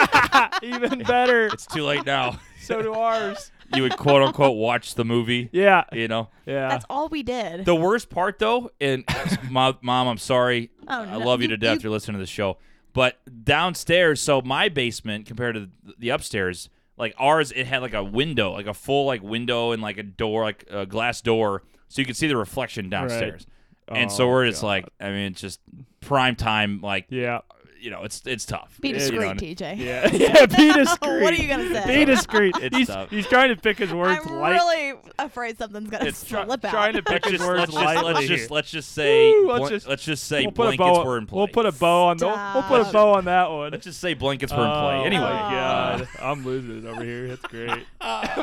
S2: Even better.
S1: it's too late now.
S2: so do ours.
S1: You would quote unquote watch the movie.
S2: Yeah.
S1: You know.
S2: Yeah.
S3: That's all we did.
S1: The worst part though, and mom, mom, I'm sorry.
S3: Oh,
S1: I
S3: no.
S1: love you, to
S3: You-
S1: death. You,
S3: you-
S1: are listening to the show, but downstairs, so my basement compared to the- the upstairs, like ours, it had like a window, like a full like window and like a door, like a glass door, so you could see the reflection downstairs. And so
S2: Oh,
S1: we're just
S2: God.
S1: like, I mean, it's just prime time. Like,
S2: yeah.
S1: you know, it's it's tough.
S3: Be
S1: You know,
S3: discreet,
S1: and-
S3: TJ.
S2: Yeah. yeah. Be discreet.
S3: what are you gonna say?
S2: Be discreet.
S1: It's
S2: he's,
S1: tough.
S2: he's trying to pick his words
S3: I'm
S2: light.
S3: really afraid something's gonna
S1: It's try-
S3: slip out.
S2: trying to pick
S1: Let's
S2: his
S1: just,
S2: words
S1: let's, just,
S2: lightly.
S1: let's
S2: here.
S1: just let's just say
S2: Ooh, let's
S1: blan-
S2: just-
S1: let's just say
S2: we'll put a
S1: blankets
S2: bow.
S1: were in play.
S2: We'll put a bow on. We'll, we'll put a
S3: Stop.
S2: bow on that one.
S1: let's just say blankets were in play.
S2: Oh,
S1: Anyway,
S2: my
S1: Uh,
S2: God, I'm losing it over here. That's great.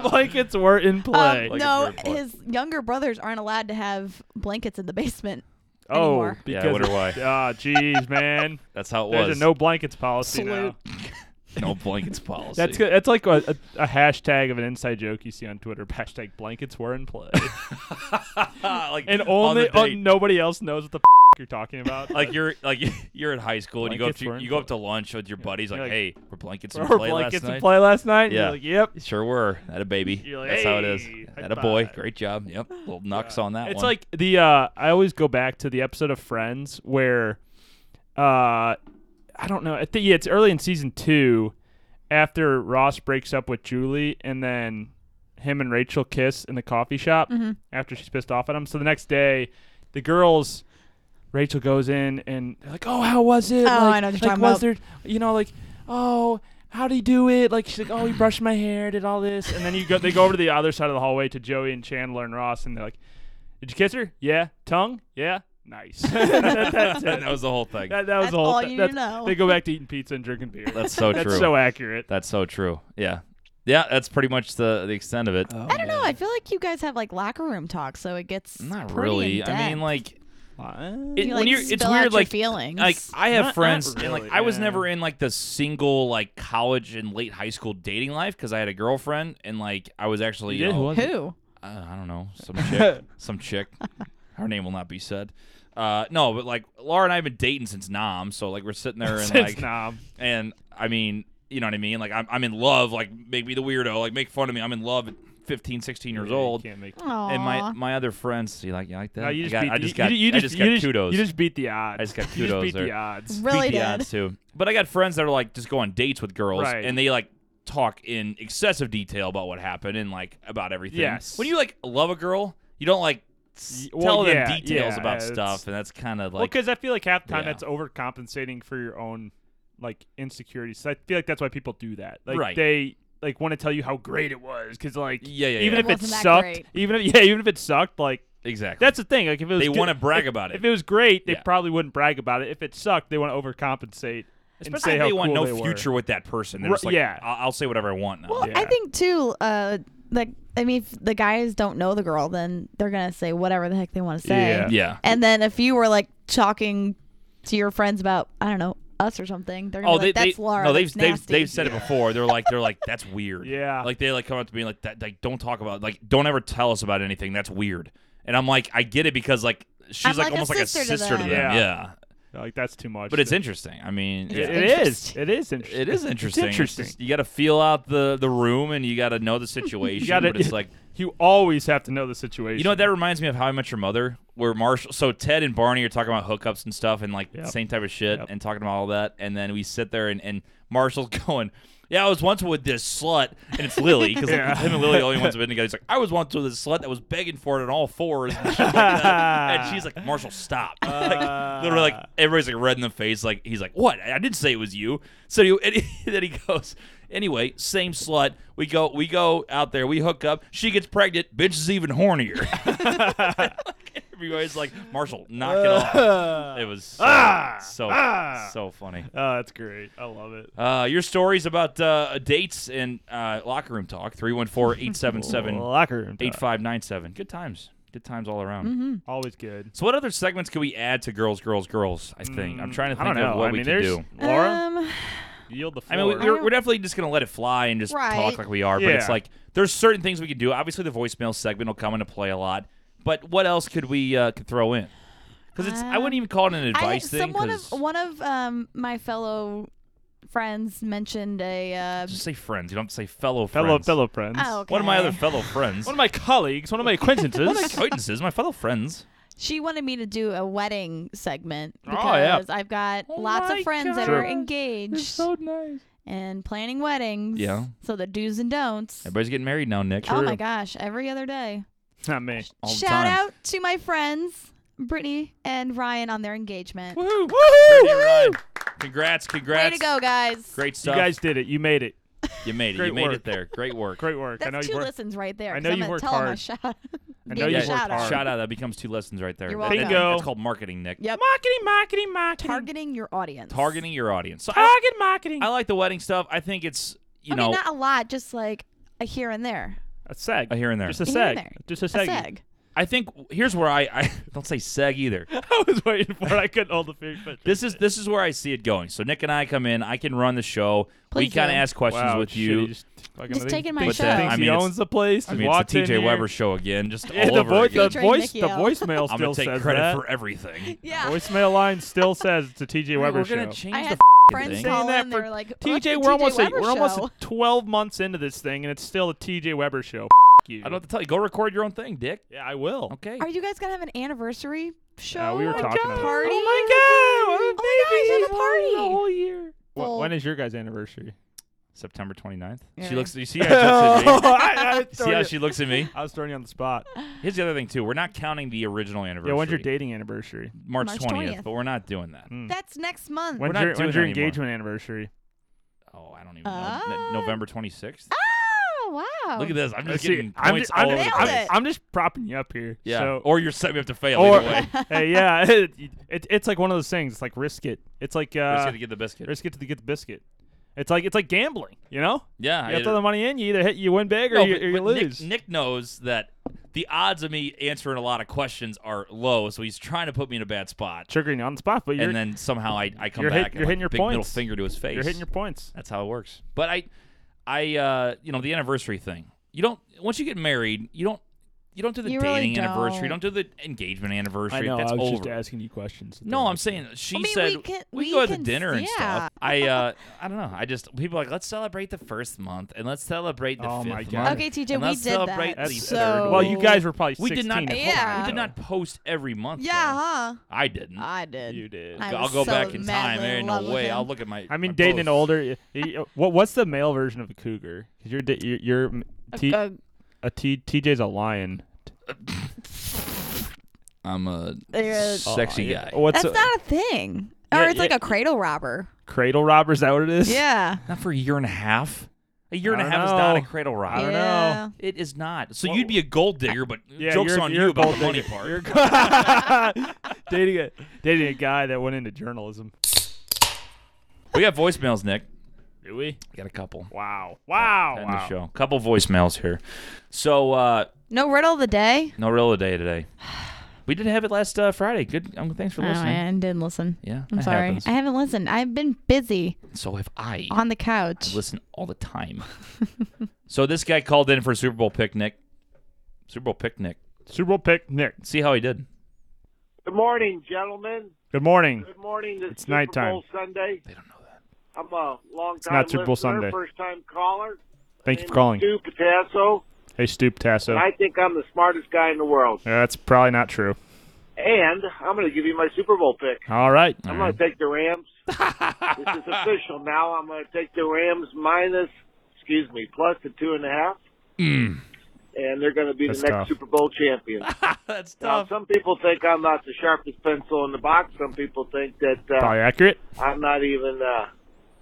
S2: Blankets were in play.
S3: um,
S1: Like a
S3: no,
S1: bird fly.
S3: his younger brothers aren't allowed to have blankets in the basement.
S2: oh,
S3: anymore.
S1: Yeah, I
S2: because
S1: wonder why.
S2: Ah, jeez, man.
S1: that's how it
S2: There's
S1: was.
S2: a no blankets policy
S3: Salute.
S2: now.
S1: no blankets policy.
S2: That's good. That's like a, a, a hashtag of an inside joke you see on Twitter. Hashtag blankets were in play,
S1: like
S2: and
S1: on the
S2: only uh,
S1: date.
S2: nobody else knows what the f- you're talking about.
S1: like you're like you're in high school and you go up
S2: Blankets
S1: to
S2: were in
S1: you go
S2: play.
S1: up to lunch with your buddies like,
S2: You're like,
S1: hey were blankets in
S2: were
S1: play
S2: blankets
S1: last
S2: in
S1: night
S2: play last night.
S1: Yeah.
S2: Yeah. Like, yep.
S1: sure were that a baby
S2: You're like,
S1: that's how it is
S2: "Hey, high
S1: that a boy
S2: five."
S1: great job yep little knucks on that
S2: it's
S1: one
S2: like the uh i always go back to the episode of friends where uh i don't know i think yeah it's early in season two after ross breaks up with julie and then him and rachel kiss in the coffee shop
S3: Mm-hmm.
S2: after she's pissed off at him so the next day the girls rachel goes in and they're like oh how was it
S3: Oh, I
S2: like,
S3: know what you're
S2: like,
S3: talking
S2: was
S3: about.
S2: there you know like oh How'd he do it? Like she's like, oh, he brushed my hair, did all this, and then you go. They go over to the other side of the hallway to Joey and Chandler and Ross, and they're like, did you kiss her? Yeah. Tongue? Yeah. Nice. that, that's it.
S1: that was the whole thing
S2: That, that was
S3: That's
S2: the whole
S3: all
S2: thing.
S3: you
S2: That's-
S3: know.
S2: They go back to eating pizza and drinking beer.
S1: that's so
S2: That's
S1: true
S2: so accurate.
S1: that's so true yeah yeah that's pretty much the the extent of it
S2: Uh,
S3: I don't know. I feel like you guys have like locker room talk, so it gets
S1: not
S3: pretty
S1: really I
S3: in-depth.
S1: mean like
S2: What?
S1: it, when
S3: You, like,
S1: you're it's
S3: spill out
S1: weird
S3: your
S1: like
S3: feelings.
S1: like I have
S2: Not- not
S1: friends and like
S2: really,
S1: I was
S2: yeah.
S1: never in like the single like college and late high school dating life because I had a girlfriend and like I was actually
S2: You
S1: you
S2: did?
S1: know,
S2: Who was it?
S3: who?
S1: I, I don't know some chick some chick her name will not be said uh no but like Laura and I have been dating since nom so like we're sitting there and
S2: Since
S1: like
S2: nah,
S1: and I mean you know what I mean like I'm I'm in love like make me the weirdo like make fun of me I'm in love at 15 16 years old
S2: Can't make.
S3: Aww.
S1: and my my other friends you like you like that
S2: No, you just
S1: I, got,
S2: beat.
S1: I
S2: the-
S1: just
S2: you-
S1: got
S2: you, you
S1: I
S2: just,
S1: just
S2: you
S1: got
S2: just-
S1: kudos
S2: You just beat the odds.
S1: I just got
S2: You
S1: kudos
S2: just beat the
S1: there.
S2: odds.
S3: really
S1: beat the odds,
S3: did.
S1: too. But I got friends that are like just go on dates with girls
S2: Right.
S1: and they like talk in excessive detail about what happened and like about everything.
S2: Yes.
S1: When you like love a girl, you don't like s-
S2: Y- well,
S1: tell them
S2: yeah,
S1: details
S2: yeah,
S1: about
S2: it's-
S1: stuff, and that's kind of
S2: Well,
S1: like
S2: because I feel like half the time
S1: Yeah.
S2: that's overcompensating for your own like insecurities. So I feel like that's why people do that. Like
S1: Right.
S2: they like want to tell you how great it was because like
S1: yeah, yeah,
S2: even
S1: yeah.
S2: if it
S3: Wasn't that
S2: sucked,
S3: great?
S2: even if yeah, even if it sucked, like
S1: exactly.
S2: That's the thing. Like if it was
S1: they
S2: good-
S1: want to brag about
S2: if
S1: it.
S2: it was great, they
S1: Yeah.
S2: probably wouldn't brag about it. If it sucked, they want to overcompensate and
S1: Especially
S2: say
S1: if
S2: how
S1: they want
S2: cool
S1: no
S2: they
S1: future with that person. They're
S2: Ru-
S1: just like,
S2: yeah.
S1: I'll, I'll say whatever I want now.
S3: Well,
S2: Yeah.
S3: I think too. Uh, like I mean, if the guys don't know the girl, then they're gonna say whatever the heck they want to say.
S2: Yeah.
S1: yeah.
S3: And then if you were like talking to your friends about I don't know us or something, they're gonna
S1: Oh,
S3: be
S1: they,
S3: like,
S1: they
S3: that's Laura.
S1: no, they've
S3: that's
S1: they've,
S3: nasty."
S1: they've said it before. They're like they're like that's weird.
S2: Yeah.
S1: like they like come up to me like that. Like don't talk about like don't ever tell us about anything. That's weird. And I'm like I get it because like she's
S3: I'm like a
S1: almost like a
S3: sister to
S1: sister to them.
S3: them.
S1: Yeah.
S2: Yeah. were. Like that's too much.
S1: but it's
S2: It-
S1: interesting. I mean,
S3: Yeah.
S1: it,
S2: it is. It is interesting.
S1: it is interesting. It's
S2: interesting.
S1: just- you got to feel out the the room and you got to know the situation.
S2: gotta-
S1: but it's like
S2: You always have to know the situation.
S1: you know what that reminds me of How I Met Your Mother where Marshall, so Ted and Barney are talking about hookups and stuff and like
S2: Yep.
S1: same type of shit
S2: Yep.
S1: and talking about all that. And then we sit there and, and Marshall's going, Yeah, I was once with this slut. And it's Lily because
S2: Yeah.
S1: him and Lily are the only ones who've been together. He's like, I was once with this slut that was begging for it on all fours. And, shit like that. And she's like, Marshall, stop.
S2: Uh,
S1: like, literally, like, everybody's like red in the face. Like, he's like, What? I I didn't say it was you. So you, and then he goes, Anyway, same slut. We go, we go out there. We hook up. She gets pregnant. Bitch is even hornier. Everybody's like, Marshall, knock it off. It was so
S2: Uh, Ah!
S1: so,
S2: Ah!
S1: so funny.
S2: Oh, that's great. I love it.
S1: Uh, your stories about uh, dates and uh, locker room talk 314 877
S2: Locker room. talk. Mm-hmm.
S1: 8597. Good times. Good times all around.
S2: Always good.
S1: So, what other segments could we add to Girls, Girls, Girls? I think. I'm trying to
S2: Mm, I don't
S1: think
S2: know.
S1: of what
S2: I
S1: we
S2: mean,
S1: could
S2: there's
S1: do.
S2: Laura,
S3: Um,
S2: yield the
S1: I
S2: floor.
S1: mean, we-
S3: I
S1: we're,
S3: don't-
S1: we're definitely just going to let it fly and just talk
S3: Right.
S1: like we are. But it's
S2: Yeah.
S1: like there's certain things we could do. Obviously, the voicemail segment will come into play a lot. But what else could we uh, could throw in? Because it's I wouldn't even call it an
S3: Um, I,
S1: advice thing.
S3: someone
S1: 'cause-
S3: of one of um my fellow friends mentioned a. Uh,
S1: just say friends. You don't have to say fellow
S2: fellow
S1: friends.
S2: fellow friends.
S3: oh, okay.
S1: One of my other fellow friends.
S4: One of my colleagues, one of my acquaintances.
S1: Not acquaintances, my fellow friends.
S3: She wanted me to do a wedding segment
S4: Oh,
S3: because
S4: yeah.
S3: I've got
S1: Oh
S3: lots
S1: my
S3: of friends that
S1: God.
S3: are
S1: Sure.
S3: engaged
S2: nice.
S3: and planning weddings.
S1: Yeah.
S3: So the do's and don'ts.
S1: Everybody's getting married now, Nick.
S3: Oh my gosh, every other day.
S2: Not me.
S1: All the
S3: Shout
S1: time.
S3: out to my friends Brittany and Ryan on their engagement.
S1: Woohoo!
S2: Woo!
S1: Pretty run. Congrats, congrats.
S3: Way to go, guys.
S1: Great
S2: You
S1: stuff.
S2: guys did it. You made it.
S1: you made it. You
S2: great
S1: made
S2: work.
S1: it there. Great work.
S2: Great work. I know
S3: That's
S2: you
S3: two
S2: worked.
S3: listens right there.
S2: I
S3: 'cause
S2: know
S3: I'm
S2: you
S3: gonna
S2: worked
S3: tell 'em
S2: hard.
S3: shout out.
S2: I know
S3: Give me
S2: you
S3: a
S1: Yeah,
S2: worked
S3: shout out.
S2: hard.
S1: Shout out. That becomes two lessons right there.
S3: You're
S1: That-
S3: welcome.
S2: Bingo.
S1: That's called marketing, Nick.
S3: Yep.
S2: Marketing, marketing, marketing.
S3: Targeting your audience.
S1: Targeting your audience. So I,
S2: Target marketing.
S1: I like the wedding stuff. I think it's you
S3: I
S1: know
S3: mean, not a lot, just like a here and there.
S2: a seg.
S1: a here and there.
S2: Just a
S3: Here and
S2: seg.
S3: there.
S2: Just a
S3: A
S2: seg.
S3: seg.
S1: I think here's where I, I don't say seg either.
S2: I was waiting for it. I couldn't hold the finger. But
S1: This is this is where I see it going. So Nick and I come in. I can run the show. we
S3: Please
S1: kind of
S3: do.
S1: ask questions
S2: wow,
S1: with
S2: shit,
S1: you.
S2: he Just, fucking
S3: Just
S2: thinks-
S3: taking my
S2: thinks-
S3: show.
S2: thinks
S3: I
S2: he
S1: mean, it's-
S2: owns the place.
S1: I mean,
S2: walked
S1: it's the
S2: in
S1: TJ
S2: here.
S1: Weber show again, just
S2: Yeah,
S1: all
S2: the,
S1: over
S2: voi-
S1: again.
S2: the
S3: Featuring
S2: voice, the
S3: Nicki-O.
S2: voicemail
S1: I'm
S2: still
S1: gonna take
S2: says
S1: credit
S2: that.
S1: for everything.
S3: Yeah.
S2: Voicemail line still says it's a TJ Weber
S1: We're
S2: show.
S1: gonna change
S3: I
S1: the
S3: had
S1: f***ing
S3: friends
S1: thing.
S3: call
S2: that
S3: in.
S2: for
S3: They were like, "Oh, it's
S2: TJ,
S3: the
S2: we're almost
S3: Weber
S2: a, we're almost
S3: show."
S2: 12 months into this thing, and it's still a TJ Weber show. F- you.
S1: I don't have to tell you. Go record your own thing, Dick.
S2: Yeah, I will.
S1: Okay.
S3: Are you guys gonna have an anniversary show?
S2: Yeah, Uh, we were
S3: like,
S2: talking about it.
S3: party.
S2: Oh my god!
S3: Oh my
S2: Baby!
S3: God, it's a party.
S2: year.
S3: Well-
S2: when is your guys' anniversary?
S1: September 29th.
S3: Yeah.
S1: She looks. You see how she looks at me.
S2: Oh, I, I,
S1: See how she looks at me.
S2: I was throwing you on the spot.
S1: Here's the other thing too. We're not counting the original anniversary.
S2: Yeah, when's your dating anniversary?
S1: March
S3: March
S1: 20th,
S3: 20th.
S1: but we're not doing that.
S2: Mm.
S3: That's next month.
S2: When's
S1: not
S2: your,
S1: doing
S2: when's your
S1: that anymore.
S2: engagement anniversary?
S1: Oh, I don't even know.
S3: Uh,
S1: No- November 26th.
S3: oh wow.
S1: Look at this. I'm just
S2: Let's see,
S1: getting
S2: I'm
S1: points
S2: ju- I'm
S1: all over
S2: ju-
S1: the
S3: just-
S2: I'm,
S1: place.
S3: it.
S2: I'm just propping you up here.
S1: Yeah. Oh,
S2: So,
S1: or you're setting me up to fail
S2: or-
S1: either way.
S2: hey, yeah, it, it- it's like one of those things. It's like risk it. It's like
S1: Just
S2: uh,
S1: gotta get the biscuit.
S2: risk it to get the biscuit. It's like it's like gambling. You know,
S1: Yeah.
S2: you have
S1: it-
S2: to throw the money in. You either hit, you win big, or
S1: no,
S2: you,
S1: but-
S2: or you
S1: but Nick-
S2: lose.
S1: Nick, knows that the odds of me answering a lot of questions are low, so he's trying to put me in a bad spot.
S2: Triggering you on the spot, but you're
S1: And then somehow I, I come
S2: you're hit-
S1: back and
S2: you're
S1: like,
S2: hitting your
S1: big middle
S2: points.
S1: finger to his face.
S2: you're hitting your points.
S1: That's how it works. But I, I, uh, you know, the anniversary thing. You don't once you get married, you don't, you don't do the
S3: You really
S1: dating anniversary. You don't
S3: don't.
S1: do the engagement anniversary. That's
S2: I was
S1: over.
S2: just asking you questions.
S1: no, I'm saying she
S3: I mean,
S1: said
S3: we can-
S1: we
S3: we
S1: go out to
S3: can-
S1: dinner and
S3: yeah.
S1: stuff. I, uh, I don't know. I just people are like let's celebrate the first month and let's celebrate the
S2: Oh
S1: fifth
S2: my
S1: month.
S2: God.
S3: Okay, TJ,
S1: And
S3: we
S1: let's
S3: did
S1: celebrate
S3: that.
S1: at
S2: That's
S1: least
S3: so
S1: third.
S2: Well, you guys were probably
S1: We did not.
S2: 16 at
S1: hold on,
S3: Yeah.
S1: We did not post every month.
S3: Yeah,
S1: though.
S3: huh?
S1: I didn't.
S3: I did.
S2: You did.
S3: I
S1: will
S3: was
S1: go
S3: so
S1: back in time.
S3: madly
S1: There ain't
S3: in love
S1: no
S3: with
S1: way.
S3: him.
S1: I'll look at my.
S2: I mean,
S1: my
S2: dating
S1: posts.
S2: an older. y- y- what what's the male version of a cougar? Because you're da- you're, you're m- T,
S3: Uh,
S2: a T, TJ's a lion.
S1: I'm a
S3: uh,
S1: sexy
S2: Uh,
S1: guy.
S2: What's
S3: that's
S2: a,
S3: not a thing.
S2: Yeah,
S3: Or it's
S2: yeah.
S3: like a cradle robber.
S2: cradle robber? Is that what it is?
S3: Yeah.
S1: Not for a year and a half. A year
S2: I
S1: and a
S2: don't
S1: half is not a
S2: know.
S1: cradle
S2: I
S1: robber.
S2: don't
S3: yeah.
S2: know.
S1: It is not. So
S2: Well,
S1: you'd be a gold digger, but
S2: Yeah,
S1: jokes
S2: you're-
S1: on
S2: you're
S1: you
S2: a
S1: about the
S2: gold
S1: money
S2: digger.
S1: part.
S2: You're a gold- dating a dating a guy that went into journalism.
S1: we got voicemails, Nick.
S2: Do we?
S1: We got a couple.
S2: Wow! Wow!
S1: End
S2: wow.
S1: the Oh, show. Couple voicemails here. So uh,
S3: No riddle of the day.
S1: no real day today. We did have it last uh, Friday. Good. Um, thanks for
S3: Oh,
S1: listening.
S3: I didn't listen.
S1: Yeah,
S3: I'm
S1: that
S3: sorry.
S1: happens.
S3: I haven't listened. I've been busy
S1: so have I.
S3: on the couch.
S1: listen all the time. so this guy called in for a Super Bowl picnic. Super Bowl picnic.
S2: Super Bowl pick Nick.
S1: See how he did.
S5: Good morning, gentlemen.
S2: Good morning.
S5: Good morning. This
S2: It's
S5: Super
S2: nighttime.
S5: Bowl Sunday.
S1: They don't know that.
S5: I'm a long time
S2: not Super Bowl Sunday.
S5: first time caller.
S2: Thank you for
S5: Name is
S2: calling.
S5: Stu Potasso.
S2: Hey, Stoop Tasso.
S5: I think I'm the smartest guy in the world.
S2: Yeah, that's probably not true.
S5: And I'm going to give you my Super Bowl pick.
S4: All right.
S5: I'm
S2: Mm-hmm.
S5: going to take the Rams. this is official now. I'm going to take the Rams minus, excuse me, plus the two and a half. And they're going to be
S2: Mm. That's
S5: the next
S2: tough.
S5: Super Bowl champion.
S4: That's
S5: now,
S4: tough.
S5: some people think I'm not the sharpest pencil in the box. Some people think that uh,
S2: Probably accurate.
S5: I'm not even uh,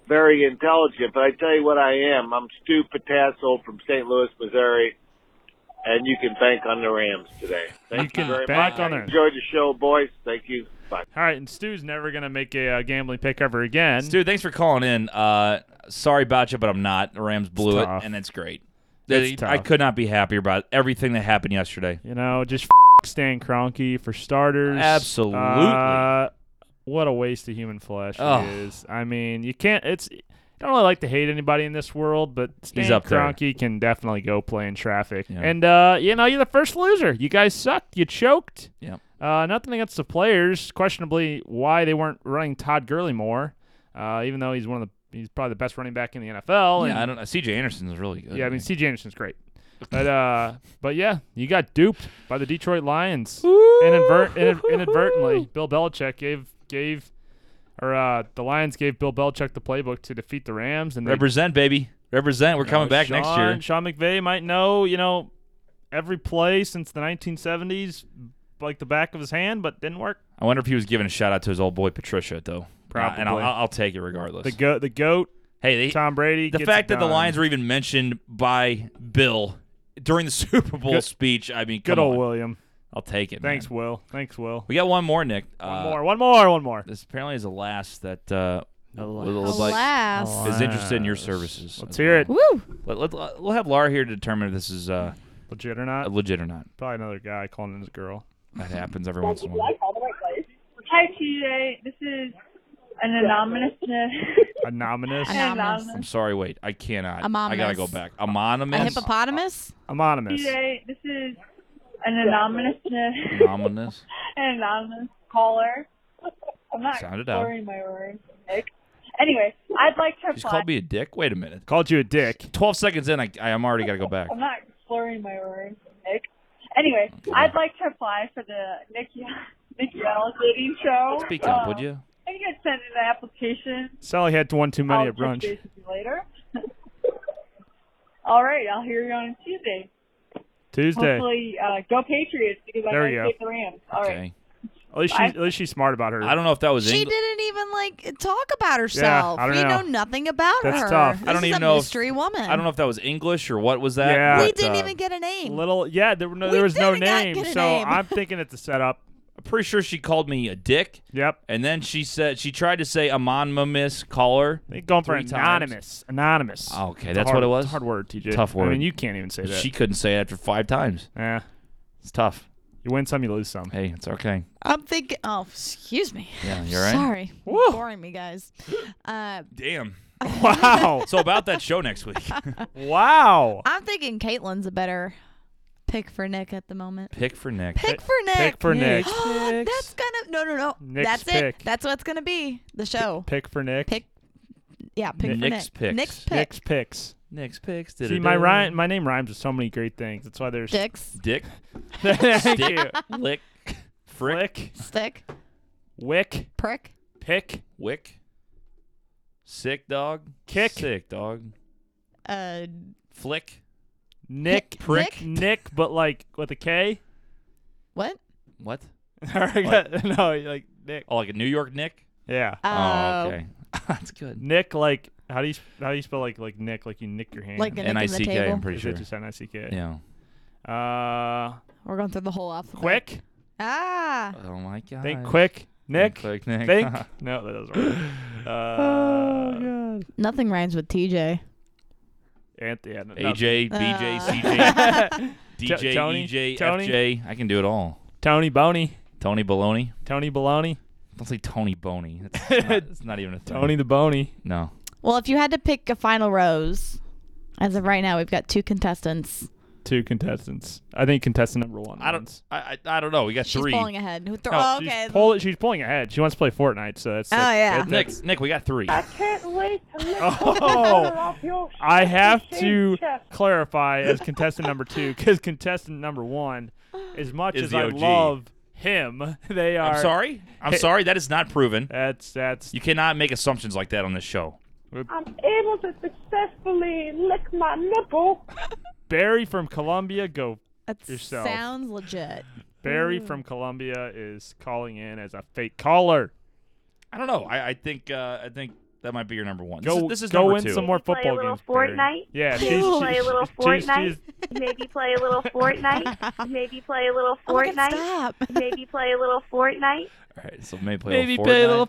S5: very intelligent, but I tell you what I am. I'm Stu Potasso from St. Louis, Missouri, and you can bank on the Rams today. Thank you,
S2: can
S5: very
S2: bank
S5: much.
S2: on
S5: I
S2: it.
S5: Enjoyed the show, boys. Thank you. Bye.
S2: All right, and Stu's never gonna make a uh, gambling pick ever again.
S1: Stu, thanks for calling in. Uh, sorry about you, but I'm not. The Rams blew it,
S2: tough.
S1: and it's great.
S2: It's
S1: I
S2: tough.
S1: could not be happier about everything that happened yesterday.
S2: you know, just f- Stan Kroenke for starters.
S1: Absolutely.
S2: Uh, what a waste of human flesh
S1: Ugh.
S2: it is. I mean, you can't. It's. I don't really like to hate anybody in this world, but Stan
S1: up there.
S2: Kroenke can definitely go play in traffic.
S1: Yeah.
S2: And uh, you know, you're the first loser. You guys sucked. You choked.
S1: Yep.
S2: Uh, nothing against the players. Questionably, why they weren't running Todd Gurley more, uh, even though he's one of the he's probably the best running back in the NFL. and-
S1: Yeah, I don't know. CJ Anderson is really good.
S2: yeah, I mean C.J. Anderson's great, but uh, but yeah, you got duped by the Detroit Lions Inadvert- inad- inadvertently. Bill Belichick gave gave or uh, the Lions gave Bill Belichick the playbook to defeat the Rams, and they,
S1: represent, baby. Represent. We're
S2: you know,
S1: coming back next year.
S2: Sean- Sean McVay might know you know every play since the 1970s like the back of his hand, but didn't work.
S1: I wonder if he was giving a shout out to his old boy Patricia though.
S2: Probably.
S1: and I'll, I'll I'll take it regardless.
S2: The go the goat
S1: hey, they,
S2: Tom Brady.
S1: the
S2: gets
S1: fact
S2: it
S1: that the
S2: done.
S1: Lions were even mentioned by Bill during the Super Bowl
S2: Good-
S1: speech, I mean,
S2: Good
S1: come
S2: old
S1: on.
S2: William.
S1: I'll take it.
S2: Thanks,
S1: man.
S2: Will. Thanks, Will.
S1: We got one more, Nick.
S2: One
S1: Uh,
S2: more. One more. One more.
S1: This apparently is the last that uh, Will like,
S3: Alas.
S1: is interested in your services.
S2: Let's hear it.
S3: Woo.
S1: Let, let, let, we'll have Laura here to determine if this is uh,
S2: Legit or not?
S1: legit or not.
S2: Probably another guy calling in his girl.
S1: That happens every once in a while.
S6: Hi, TJ. This is an anonymous.
S2: Anonymous.
S3: Anonymous.
S1: I'm sorry. Wait, I cannot. I gotta
S3: Anonymous.
S1: go back.
S3: A
S1: Anonymous.
S3: hippopotamus?
S2: Anonymous.
S6: TJ, this is an anonymous.
S1: Anonymous.
S6: an anonymous caller. I'm not
S1: Sound it out.
S6: slurring my words, Nick. Anyway, I'd like to
S1: Just
S6: apply.
S1: called me a dick. Wait a minute.
S2: Called you a dick.
S1: Twelve seconds in, I, I I'm already gotta go back.
S6: I'm not slurring my words, Nick. Anyway, I'd like to apply for the Nicky Nicky Allen dating show.
S1: Speak up,
S6: Uh,
S1: would you?
S6: I think I'd send in an application.
S2: Sally had one too many
S6: I'll
S2: at brunch.
S6: touch base with you later. All right, I'll hear you on Tuesday.
S2: Tuesday.
S6: Hopefully, uh, go Patriots because
S2: There
S6: I'm
S2: you go.
S6: going to take the Rams. All right.
S1: Okay.
S2: At least she,
S6: I-
S2: at least she's smart about her.
S1: I don't know if that was
S3: She
S1: Engl-
S3: didn't even like talk about herself.
S2: I don't
S3: we
S2: know.
S3: know. nothing about
S2: That's
S3: her.
S2: tough. I
S1: don't
S3: This is
S1: even
S3: a
S1: know if-
S3: Mystery woman.
S1: I don't know if that was English or what was that.
S2: Yeah.
S3: We
S1: but,
S3: didn't
S1: uh,
S3: even get a name.
S2: Little. Yeah, there, were no,
S3: We
S2: there was no
S3: did not
S2: name,
S3: get a
S2: so
S3: name.
S2: I'm thinking it's a setup.
S1: I'm pretty sure she called me a dick,
S2: Yep.
S1: and then she said she tried to say anonymous caller.
S2: They're going for
S1: Three times.
S2: anonymous. Anonymous.
S1: Okay,
S2: It's a
S1: that's
S2: hard-
S1: what it was?
S2: it's a Hard word, TJ.
S1: Tough
S2: I
S1: word.
S2: mean, you can't even say that.
S1: She couldn't say it after five times.
S2: yeah.
S1: It's tough.
S2: You win some, you lose some.
S1: Hey, it's okay.
S3: I'm thinking. Oh, excuse me.
S1: Yeah, you're right.
S3: Sorry.
S2: Woo.
S3: Boring me, guys. Uh,
S1: Damn.
S2: Wow.
S1: So about that show next week.
S2: wow.
S3: I'm thinking Caitlin's a better pick for Nick at the moment.
S1: Pick for Nick.
S3: Pick for Nick.
S2: Pick for Nick.
S3: That's gonna no no no.
S2: Nick's
S3: That's
S2: pick.
S3: it. That's what's gonna be the show.
S2: Pick for Nick.
S3: Pick- Yeah, pick
S1: Nick's
S3: for
S1: picks.
S3: Nick. Nick's pick.
S2: Nick's picks.
S1: Nick's picks.
S2: See, my rhyme, my name rhymes with so many great things. That's why there's
S3: Dicks.
S1: Dick.
S2: Thank
S1: Stick.
S2: you.
S1: Lick. Frick.
S2: Flick,
S3: Stick.
S2: wick,
S3: Prick.
S2: pick,
S1: Wick. Sick dog.
S2: Kick.
S1: Sick dog.
S3: Uh,
S1: Flick.
S2: nick,
S1: Prick.
S3: Nick.
S2: nick, but like with a K.
S3: What?
S1: What?
S2: Or I got- no, like Nick.
S1: Oh, like a New York Nick?
S2: Yeah,
S1: oh,
S3: Uh,
S1: okay. That's good.
S2: Nick. Like how do you sp- how do you spell like like Nick? Like you nick your hand.
S3: Like a
S1: N I
S3: Nick in the
S1: C K,
S3: table.
S1: I'm pretty
S2: Is
S1: sure.
S2: it just N I C K?
S1: Yeah.
S2: Uh,
S3: We're going through the whole alphabet.
S2: quick.
S3: Ah.
S1: Oh my god.
S2: Think quick. Nick.
S1: Quick Nick.
S2: Think. no, that doesn't work. Uh, oh god.
S3: Nothing rhymes with TJ.
S2: Anthony. Yeah, no,
S1: AJ, BJ,
S3: Uh.
S1: CJ,
S2: T-
S1: DJ,
S2: Tony?
S1: EJ,
S2: Tony?
S1: FJ. I can do it all.
S2: Tony Boney.
S1: Tony Baloney.
S2: Tony Baloney.
S1: Don't say Tony Boney. That's not, that's not even a thing.
S2: Tony the Boney.
S1: No.
S3: Well, if you had to pick a final rose, as of right now, we've got two contestants.
S2: Two contestants. I think contestant number one.
S1: I don't.
S2: wins.
S1: I I, I don't know. We got
S3: She's
S1: three.
S3: falling ahead. Who thro-
S2: No,
S3: oh,
S2: she's
S3: okay.
S2: pull- she's pulling ahead. She wants to play Fortnite, so that's.
S3: Oh, yeah.
S2: that-
S1: Nick,
S2: that's-
S1: Nick, we got three.
S6: Can't wait to lick
S2: Oh,
S6: off your
S2: I have
S6: shit
S2: to
S6: chest.
S2: clarify as contestant number two because contestant number one, as much
S1: Is
S2: as
S1: the
S2: I
S1: OG.
S2: love
S4: him. They are.
S1: I'm sorry. I'm sorry. That is not proven.
S2: That's that's
S1: You cannot make assumptions like that on this show.
S6: I'm able to successfully lick my nipple.
S2: Barry from Columbia. Go
S3: That
S2: Yourself.
S3: sounds legit.
S2: Barry
S7: Mm.
S2: from Columbia is calling in as a fake caller.
S1: I don't know. I, I think uh, I think that might be your number one.
S2: Go
S1: this is, this is
S2: go
S1: number
S2: win
S1: two.
S2: some more
S7: Play a
S2: football
S7: little
S2: games. Barry.
S7: Fortnite?
S2: Yeah,
S7: Maybe
S2: she's,
S7: play a
S2: she's-
S7: little
S2: she's-
S7: Fortnite.
S2: she's-
S7: Maybe play a little Fortnite. Maybe play a little
S3: Oh my God,
S7: Fortnite.
S3: stop.
S7: Maybe play a little Fortnite.
S1: All right, so maybe play
S4: Maybe
S1: a little
S4: play a
S1: Fortnite.
S4: little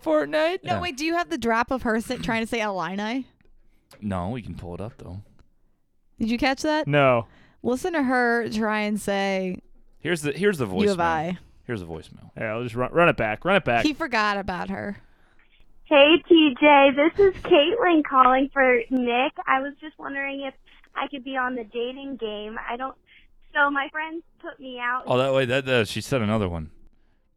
S4: Fortnite.
S1: Yeah.
S3: No, wait. Do you have the drop of her sit- trying to say Illini?
S1: No, we can pull it up though.
S3: Did you catch
S1: Mm.
S3: that?
S2: no.
S3: Listen to her try and say
S1: Here's the here's the voicemail.
S3: U of I.
S1: Here's the voicemail.
S2: Yeah, I'll just run, run it back. Run it back.
S3: He forgot about her.
S7: Hey TJ, this is Caitlin calling for Nick. I was just wondering if I could be on the dating game. I don't. So my friends put me out.
S1: Oh, that way that, that she said another one.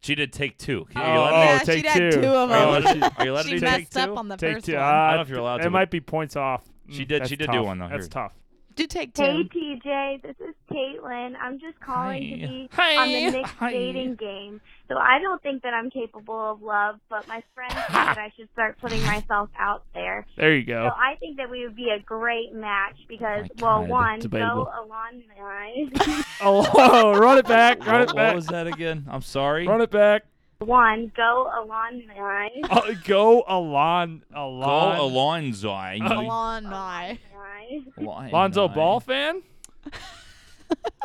S1: She did take two. Can you- you
S2: Oh,
S1: let-
S3: yeah,
S2: take
S3: she had
S2: two.
S3: two of
S1: are you
S3: them.
S1: allowed to, are you allowed to
S3: she
S1: do
S3: messed
S1: take two?
S3: up on the
S2: Take
S3: first
S2: two.
S3: one.
S2: Ah,
S1: I don't know if you're allowed to.
S2: It might be points off.
S1: She
S2: Mm,
S1: did-
S2: that's
S1: she did do
S2: tough.
S1: one, though.
S2: That's
S1: Here.
S2: tough.
S3: Do take two.
S7: Hey TJ, this is Caitlin. I'm just calling to be
S4: Hi.
S7: on the Nick
S1: Hi.
S7: dating game. So I don't think that I'm capable of love, but my friends think that I should start putting myself out there.
S4: There you
S2: Oh.
S4: go.
S7: So I think that we would be a great match because,
S1: My
S7: well,
S1: God,
S7: one,
S4: debatable.
S7: so along the lines,
S2: Oh, run it back. Run
S1: what,
S2: it
S1: what
S2: back.
S1: was that again? I'm sorry.
S2: Run it back.
S7: one, go along the lines.
S2: Uh, go Alon. Alon.
S1: Go Alonzo.
S3: Illini.
S7: Lines.
S1: Alon-
S2: Lonzo
S1: I-
S2: Ball fan?
S1: Interesting.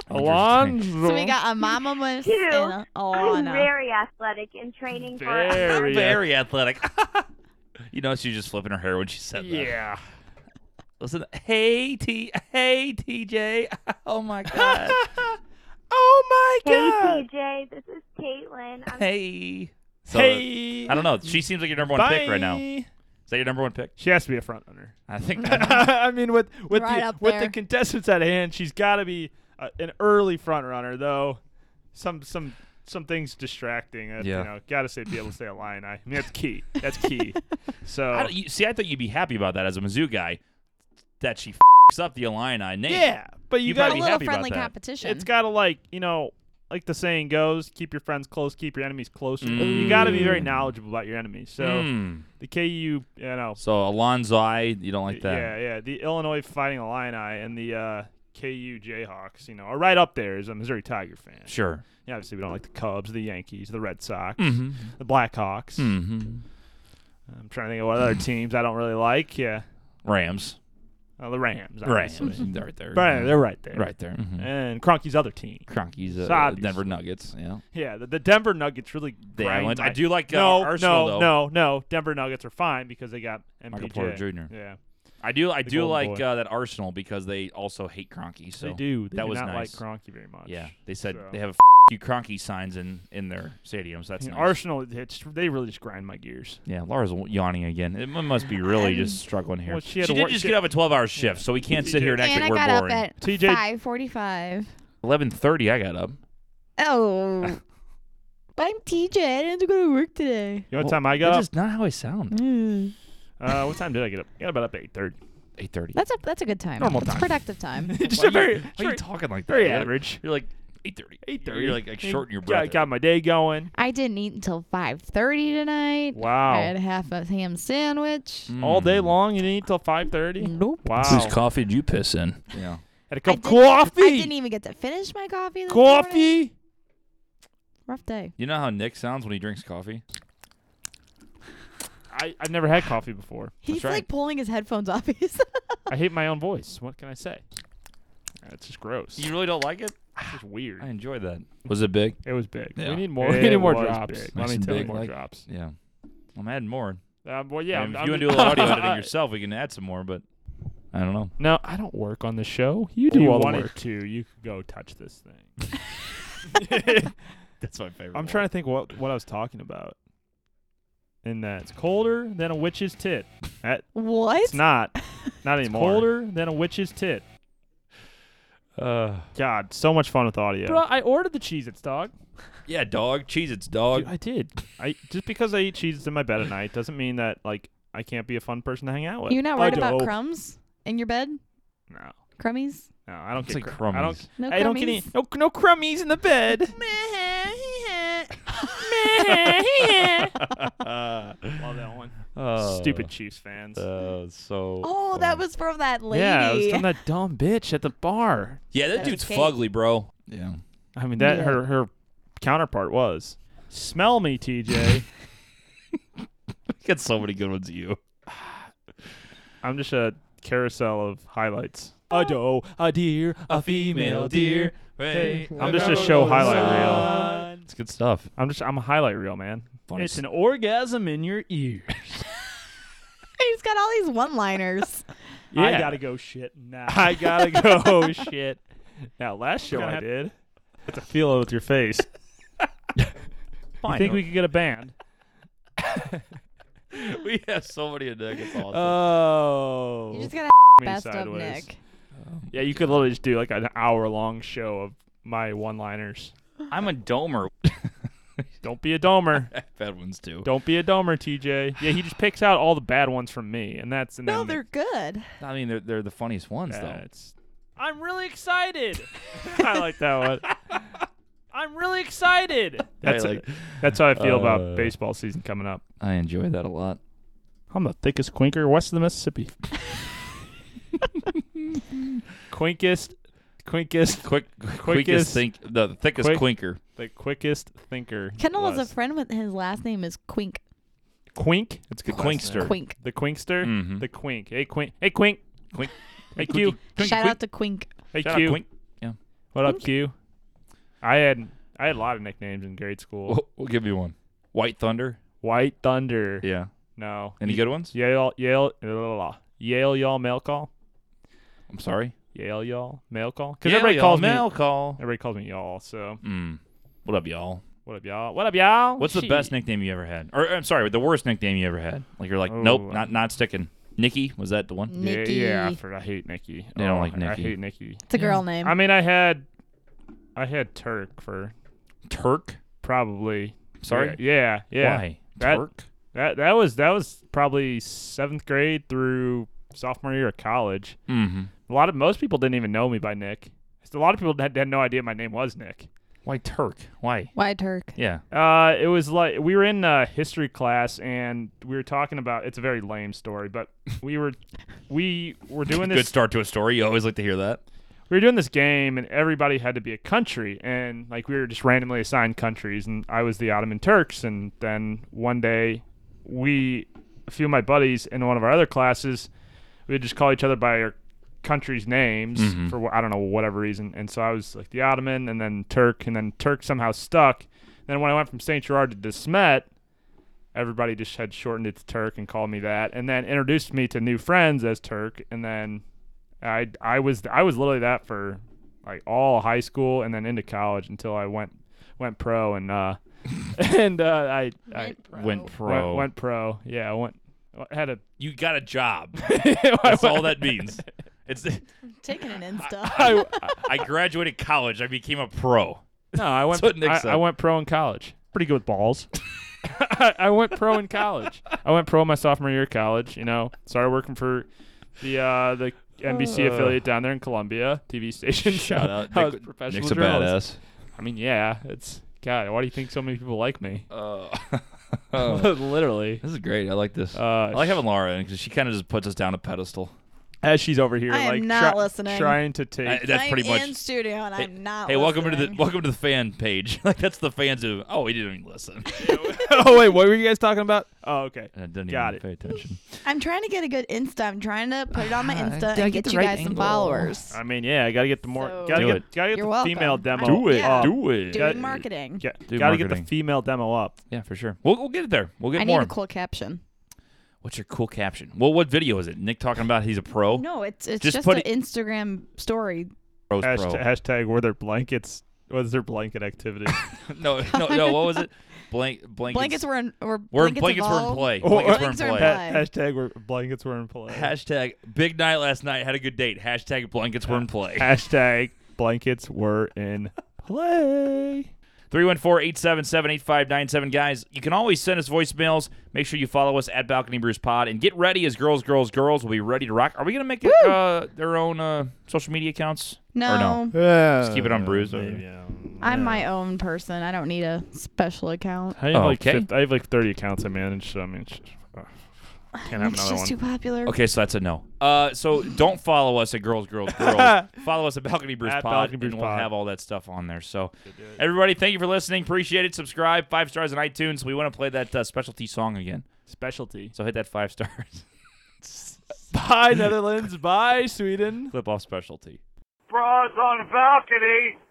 S2: Alonzo.
S3: So we got a mama was
S7: Two,
S3: and a
S7: I'm
S3: Alana.
S7: very athletic and training for.
S2: Very.
S1: Very athletic. you know, she's just flipping her hair when she said that.
S2: Yeah.
S1: Listen, hey T, hey TJ. Oh my God.
S2: Oh my
S7: Hey
S2: god.
S7: TJ, this is Caitlin. I'm
S1: hey. So,
S2: Hey.
S1: I don't know. She seems like your number one pick right now. Is that your number one pick?
S2: She has to be a front runner.
S1: I think.
S2: I mean, with with
S3: Right
S2: the,
S3: up
S2: with the
S3: there.
S2: contestants at hand, she's got to be uh, an early front runner, though. Some some some things distracting. Uh,
S1: Yeah.
S2: You know, got to say be able to stay a line. I mean, that's key. That's key. so
S1: I don't- you, see, I thought you'd be happy about that as a Mizzou guy. That she fs up the Illini name.
S2: yeah, but you,
S1: You
S2: got
S1: probably be
S3: A little
S1: happy about
S3: friendly
S1: that.
S3: competition.
S2: it's got to like you know like the saying goes, keep your friends close, keep your enemies closer. You got to be very knowledgeable about your enemies. So
S1: Mm.
S2: the KU, you know,
S1: So Alonzo, you don't like that.
S2: Yeah, yeah. The Illinois Fighting Illini and the uh, KU Jayhawks, you know, are right up there as a Missouri Tiger fan.
S1: Sure.
S2: Yeah, obviously, we don't like the Cubs, the Yankees, the Red Sox,
S1: Mm-hmm.
S2: the Blackhawks.
S1: Mm-hmm.
S2: I'm trying to think of what other teams I don't really like. Yeah,
S1: Rams.
S2: uh, the Rams.
S1: Rams.
S2: obviously.
S1: right there.
S2: But anyway, they're right there.
S1: Right there. Mm-hmm.
S2: And Cronky's other team.
S1: Cronkies, uh,
S2: Sod-
S1: Denver Nuggets. Yeah.
S2: Yeah, the, the Denver Nuggets really.
S1: They- I
S2: grind
S1: went-
S2: my-
S1: I do like, uh,
S2: no,
S1: Arsenal,
S2: no,
S1: though.
S2: no, no. Denver Nuggets are fine because they got MPJ.
S1: Michael Porter Jr..
S2: Yeah,
S1: I do. I
S2: The
S1: do
S2: Golden
S1: like
S2: Boy.
S1: uh, that Arsenal because they also hate Cronky. So
S2: they do. They
S1: that
S2: do
S1: was
S2: not
S1: nice.
S2: like Cronky very much.
S1: yeah, they said
S2: So-
S1: they have f- you Cronky signs in in their stadiums. That's
S2: I mean,
S1: nice.
S2: Arsenal, it's, they really just grind my gears.
S1: Yeah, Laura's yawning again. It mu- must be really just struggling here.
S2: Well, she had to
S1: did
S2: work-
S1: just
S2: she-
S1: get off a 12-hour shift, so we can't sit here and act
S3: and I
S1: like we're
S3: got
S1: boring.
S3: up at
S2: TJ
S3: 5:45.
S1: 11:30, I got up.
S3: Oh, I'm TJ. I didn't go to work today.
S2: You know what
S1: Well,
S2: time I got
S1: That's
S2: up?
S1: just not how I sound.
S3: Mm.
S2: Uh, what time did I get up? I got about up at eight thirty.
S1: 8:30.
S3: That's a that's a good time.
S1: Normal
S3: It's
S1: time.
S3: productive time.
S2: just
S1: Why
S2: a very,
S1: you, why are you talking like that?
S2: very
S1: You're like-
S2: average.
S1: You're like 8:30. 8:30. You're like, like shorten your breath.
S2: Got, got my day going.
S3: I didn't eat until 5:30 tonight. I
S2: Wow.
S3: had half a ham sandwich.
S1: Mm.
S2: All day long. You didn't eat till five thirty.
S3: Nope.
S2: Wow.
S1: coffee did you piss in? Yeah.
S2: Had a cup
S3: I
S2: of
S3: didn't- I didn't
S2: coffee.
S3: even get to finish my coffee. This morning.
S2: Coffee.
S3: Rough day.
S1: You know how Nick sounds when he drinks coffee?
S2: I, I've never had coffee before.
S3: He's
S1: right.
S3: like pulling his headphones off. He's
S2: I hate my own voice. What can I say? That's just gross.
S1: You really don't like it?
S2: It's just weird.
S1: I enjoyed that. Was it big?
S2: it was big.
S1: Yeah.
S2: We need more.
S4: It
S2: we need more
S4: was
S2: drops.
S4: big.
S2: Let
S1: Nice
S2: me
S1: and
S2: tell you
S1: big,
S2: more
S1: like-
S2: drops.
S1: Yeah. I'm adding more.
S2: Um, well, yeah.
S1: I mean,
S2: I'm-
S1: if
S2: I'm
S1: you want to do a
S2: just-
S1: little audio editing yourself, we can add some more, but I don't know.
S2: No, I don't work on the show. You do
S4: you
S2: all the
S4: wanted
S2: work. to, you could go touch this thing.
S1: That's my favorite.
S2: I'm trying to think what what I was talking about. And that it's colder than a witch's tit. That,
S3: what?
S2: it's not.
S4: Not
S2: It's colder than a witch's tit.
S1: Uh,
S2: God, so much fun with audio.
S4: Bro,
S2: I ordered the Cheez Its, dog.
S1: yeah, dog. Cheese, it's dog.
S2: I did. I just because I eat Cheez Its in my bed at night doesn't mean that like I can't be a fun person to hang out with.
S3: You're not
S2: I
S3: worried about
S2: don't.
S3: crumbs in your bed?
S2: No.
S3: Crummies?
S2: No, I don't
S1: It's
S2: get
S1: like
S2: crum- I don't
S1: crummies.
S3: No
S2: I don't get any
S3: crummies?
S2: no no crummies in the bed.
S4: Love that one. Uh,
S1: Oh.
S2: Stupid Chiefs fans.
S1: Oh, so.
S3: Oh, that was from that lady.
S4: Yeah, it was from that dumb bitch at the bar.
S1: Yeah, that
S3: That was
S1: dude's
S3: Kate.
S1: fugly, bro. Yeah.
S2: I mean that
S3: Yeah.
S2: her her counterpart was smell me TJ.
S1: Got so many good ones, you.
S2: I'm just a carousel of highlights.
S4: A doe, a deer, a female deer.
S1: Hey,
S2: I'm just a show highlight reel.
S4: Sun.
S1: It's good stuff.
S2: I'm just I'm a highlight reel, man.
S1: Funny
S4: It's an orgasm in your ear.
S3: He's got all these one-liners.
S2: Yeah.
S4: I gotta go shit now.
S2: I gotta go shit. Now last show
S4: gonna
S2: I
S4: have-
S2: did. It's a feel it with your face.
S1: Fine.
S2: I think we could get a band.
S1: we have so many of Nick. It's awesome.
S2: Oh.
S3: You're just gonna
S2: Me
S3: best of
S2: sideways.
S3: Nick.
S2: Yeah, you could literally just do like an hour long show of my one liners.
S1: I'm a domer.
S2: Don't be a domer.
S1: Bad ones too.
S2: Don't be a domer, TJ. Yeah, he just picks out all the bad ones from me, and that's and
S3: No,
S2: then
S3: they're good.
S1: I mean, they're they're the funniest ones
S2: Yeah,
S1: though.
S2: it's- I'm really excited. I like that one. I'm really excited. That's
S1: like-
S2: that's how I feel
S1: Uh,
S2: about baseball season coming up.
S1: I enjoy that a lot.
S2: I'm the thickest quinker west of the Mississippi. quinkest, quinkest,
S1: Quick, quickest, think the thickest
S2: quick-
S1: quinker.
S2: the quickest thinker.
S3: Kendall
S2: was.
S3: has a friend with his last name is Quink.
S2: Quink.
S1: It's good.
S2: Quinkster.
S1: Quinkster.
S3: Quink.
S2: The quinkster.
S1: Mhm.
S2: The quink. Hey quink. Hey quink.
S1: Quink.
S2: Hey Q.
S3: Shout out to Quink.
S2: Hey
S1: Shout out
S2: Q.
S1: Quink. Yeah.
S2: What up, Q? I had I had a lot of nicknames in grade school.
S1: We'll, we'll give you one. White Thunder.
S2: White Thunder.
S1: Yeah.
S2: No.
S1: Any good ones?
S2: Yale, Yale, blah, blah, blah. Yale, y'all mail call.
S1: I'm sorry.
S2: Yale, y'all mail call. Because
S1: Yeah,
S2: everybody
S1: y'all.
S2: calls
S1: Mail
S2: me.
S1: call.
S2: Everybody calls me y'all. So
S1: Mm. What up, y'all?
S2: what up, y'all? What up, y'all?
S1: What's the
S2: Shit.
S1: best nickname you ever had? Or I'm sorry, the worst nickname you ever had? Like you're like,
S2: Oh,
S1: nope,
S2: uh,
S1: not not sticking. Nikki was that the one?
S2: Yeah,
S3: Nikki.
S2: yeah. I, for, I hate Nikki.
S1: They don't
S2: Oh,
S1: like
S2: I
S1: Nikki.
S2: hate Nikki.
S3: It's a girl name.
S2: I mean, I had, I had Turk for
S1: Turk.
S2: probably.
S1: Sorry.
S2: Yeah. Yeah. yeah.
S1: Why?
S2: That-
S1: Turk.
S2: That that was that was probably seventh grade through sophomore year of college.
S1: Mm-hmm.
S2: A lot of most people didn't even know me by Nick. A lot of people had, had no idea my name was Nick.
S1: Why Turk? Why?
S3: Why Turk?
S1: Yeah.
S2: Uh, it was like we were in uh, history class and we were talking about. It's a very lame story, but we were we were doing
S1: Good
S2: this.
S1: start to a story. You always like to hear that.
S2: we were doing this game and everybody had to be a country and like we were just randomly assigned countries and I was the Ottoman Turks and then one day we a few of my buddies in one of our other classes we would just call each other by our country's names
S1: Mhm.
S2: for wh- I don't know whatever reason and so I was like the Ottoman and then Turk and then Turk somehow stuck then when I went from St. Gerard to Desmet everybody just had shortened it to Turk and called me that and then introduced me to new friends as Turk and then I I was I was literally that for like all high school and then into college until I went went pro and uh and uh, I I
S1: Went pro.
S2: Went, went pro. Yeah, I went had a
S1: You got a job.
S2: I,
S1: That's all that means. It's
S3: Taking an Insta.
S2: I,
S1: I graduated college. I became a pro.
S2: no, I went
S1: That's what Nick
S2: I,
S1: said.
S2: I went pro in college. Pretty good with balls. I, I went pro in college. I went pro my sophomore year of college, you know. Started working for the uh the NBC
S1: Uh.
S2: affiliate down there in Columbia TV station.
S1: Shout out.
S2: I was
S1: Nick-
S2: professional
S1: Nick's a
S2: journalist.
S1: badass.
S2: I mean, yeah, it's God. Why do you think so many people like me?
S1: Oh.
S2: Literally,
S1: this is great. I like this.
S2: uh,
S1: I like having Laura in because she kind of just puts us down a pedestal.
S2: as she's over here,
S3: I am
S2: like
S3: not
S2: try-
S3: listening.
S2: trying to
S1: Uh,
S2: take.
S1: that's
S3: I'm
S1: pretty much.
S3: in studio and I'm not.
S1: hey, welcome to the
S3: listening.
S1: welcome to the fan page. like that's the fans who. Oh, he didn't even listen.
S2: oh wait, what were you guys talking about? Oh, okay.
S1: I didn't
S2: Got
S1: even
S2: it.
S1: pay attention.
S3: I'm trying to get a good Insta. I'm trying to put it on my
S1: Ah,
S3: Insta
S1: gotta
S3: and
S1: get
S3: get,
S1: the
S3: you
S1: right
S3: guys some
S1: angle.
S3: followers.
S1: Uh,
S2: I mean, yeah, I gotta get the more.
S3: So-
S2: gotta
S1: Do
S2: get,
S1: it.
S2: gotta get
S3: You're
S2: the
S3: welcome.
S2: female
S3: I'm
S2: demo.
S3: Do it.
S2: up.
S3: Yeah.
S1: Do it.
S3: Doing
S2: gotta-
S3: marketing.
S2: Ga-
S1: Do
S2: gotta
S1: marketing.
S2: get the female demo up.
S1: Yeah, for sure. We'll, we'll get it there. We'll get
S3: I
S1: more.
S3: need a cool caption.
S1: What's your cool caption? Well, what video is it? Nick talking about he's a pro.
S3: No, it's it's
S1: Just
S3: just,
S1: put
S3: an Instagram story.
S1: Pro's pro.
S2: Hashtag, hashtag were there blankets? Was there blanket activity?
S1: No, no, no. What was it? Blank blankets.
S3: Blankets were in or
S1: We're in
S3: blankets,
S1: blankets. Were in
S3: evolved.
S1: play.
S2: Or-
S1: Blankets
S3: Blankets
S1: were
S3: are
S1: in
S3: in
S1: play.
S3: Play.
S2: Oh, hashtag were blankets were in play.
S1: Hashtag big night last night. Had a good date. Hashtag blankets were in play.
S2: hashtag blankets were in play.
S1: 314-877-8597. Guys, you can always send us voicemails. Make sure you follow us at Balcony Brews Pod. And get ready as girls, girls, girls will be ready to rock. Are we going to make it, uh, their own uh, social media accounts?
S3: No,
S1: Or
S2: Uh,
S1: no?
S8: Just
S1: keep it on Brews, maybe.
S3: I'm my own person. I don't need a special account.
S2: I have, like
S1: Okay.
S2: fif- I have like 30 accounts I manage, so I mean, it's just, uh, can't have
S3: It's
S2: another
S3: just
S2: one.
S3: too popular.
S1: Okay, so that's a no. Uh, so don't follow us at Girls, Girls, Girls. follow us at Balcony Brews
S2: At
S1: Pod,
S2: Balcony Brews
S1: and we'll
S2: Pod.
S1: have all that stuff on there. So everybody, thank you for listening. Appreciate it. Subscribe, five stars on iTunes. We want to play that uh, specialty song again.
S4: Specialty.
S1: So hit that five stars.
S4: Bye, Netherlands. Bye, Sweden.
S1: Clip off specialty.
S5: Bras on balcony.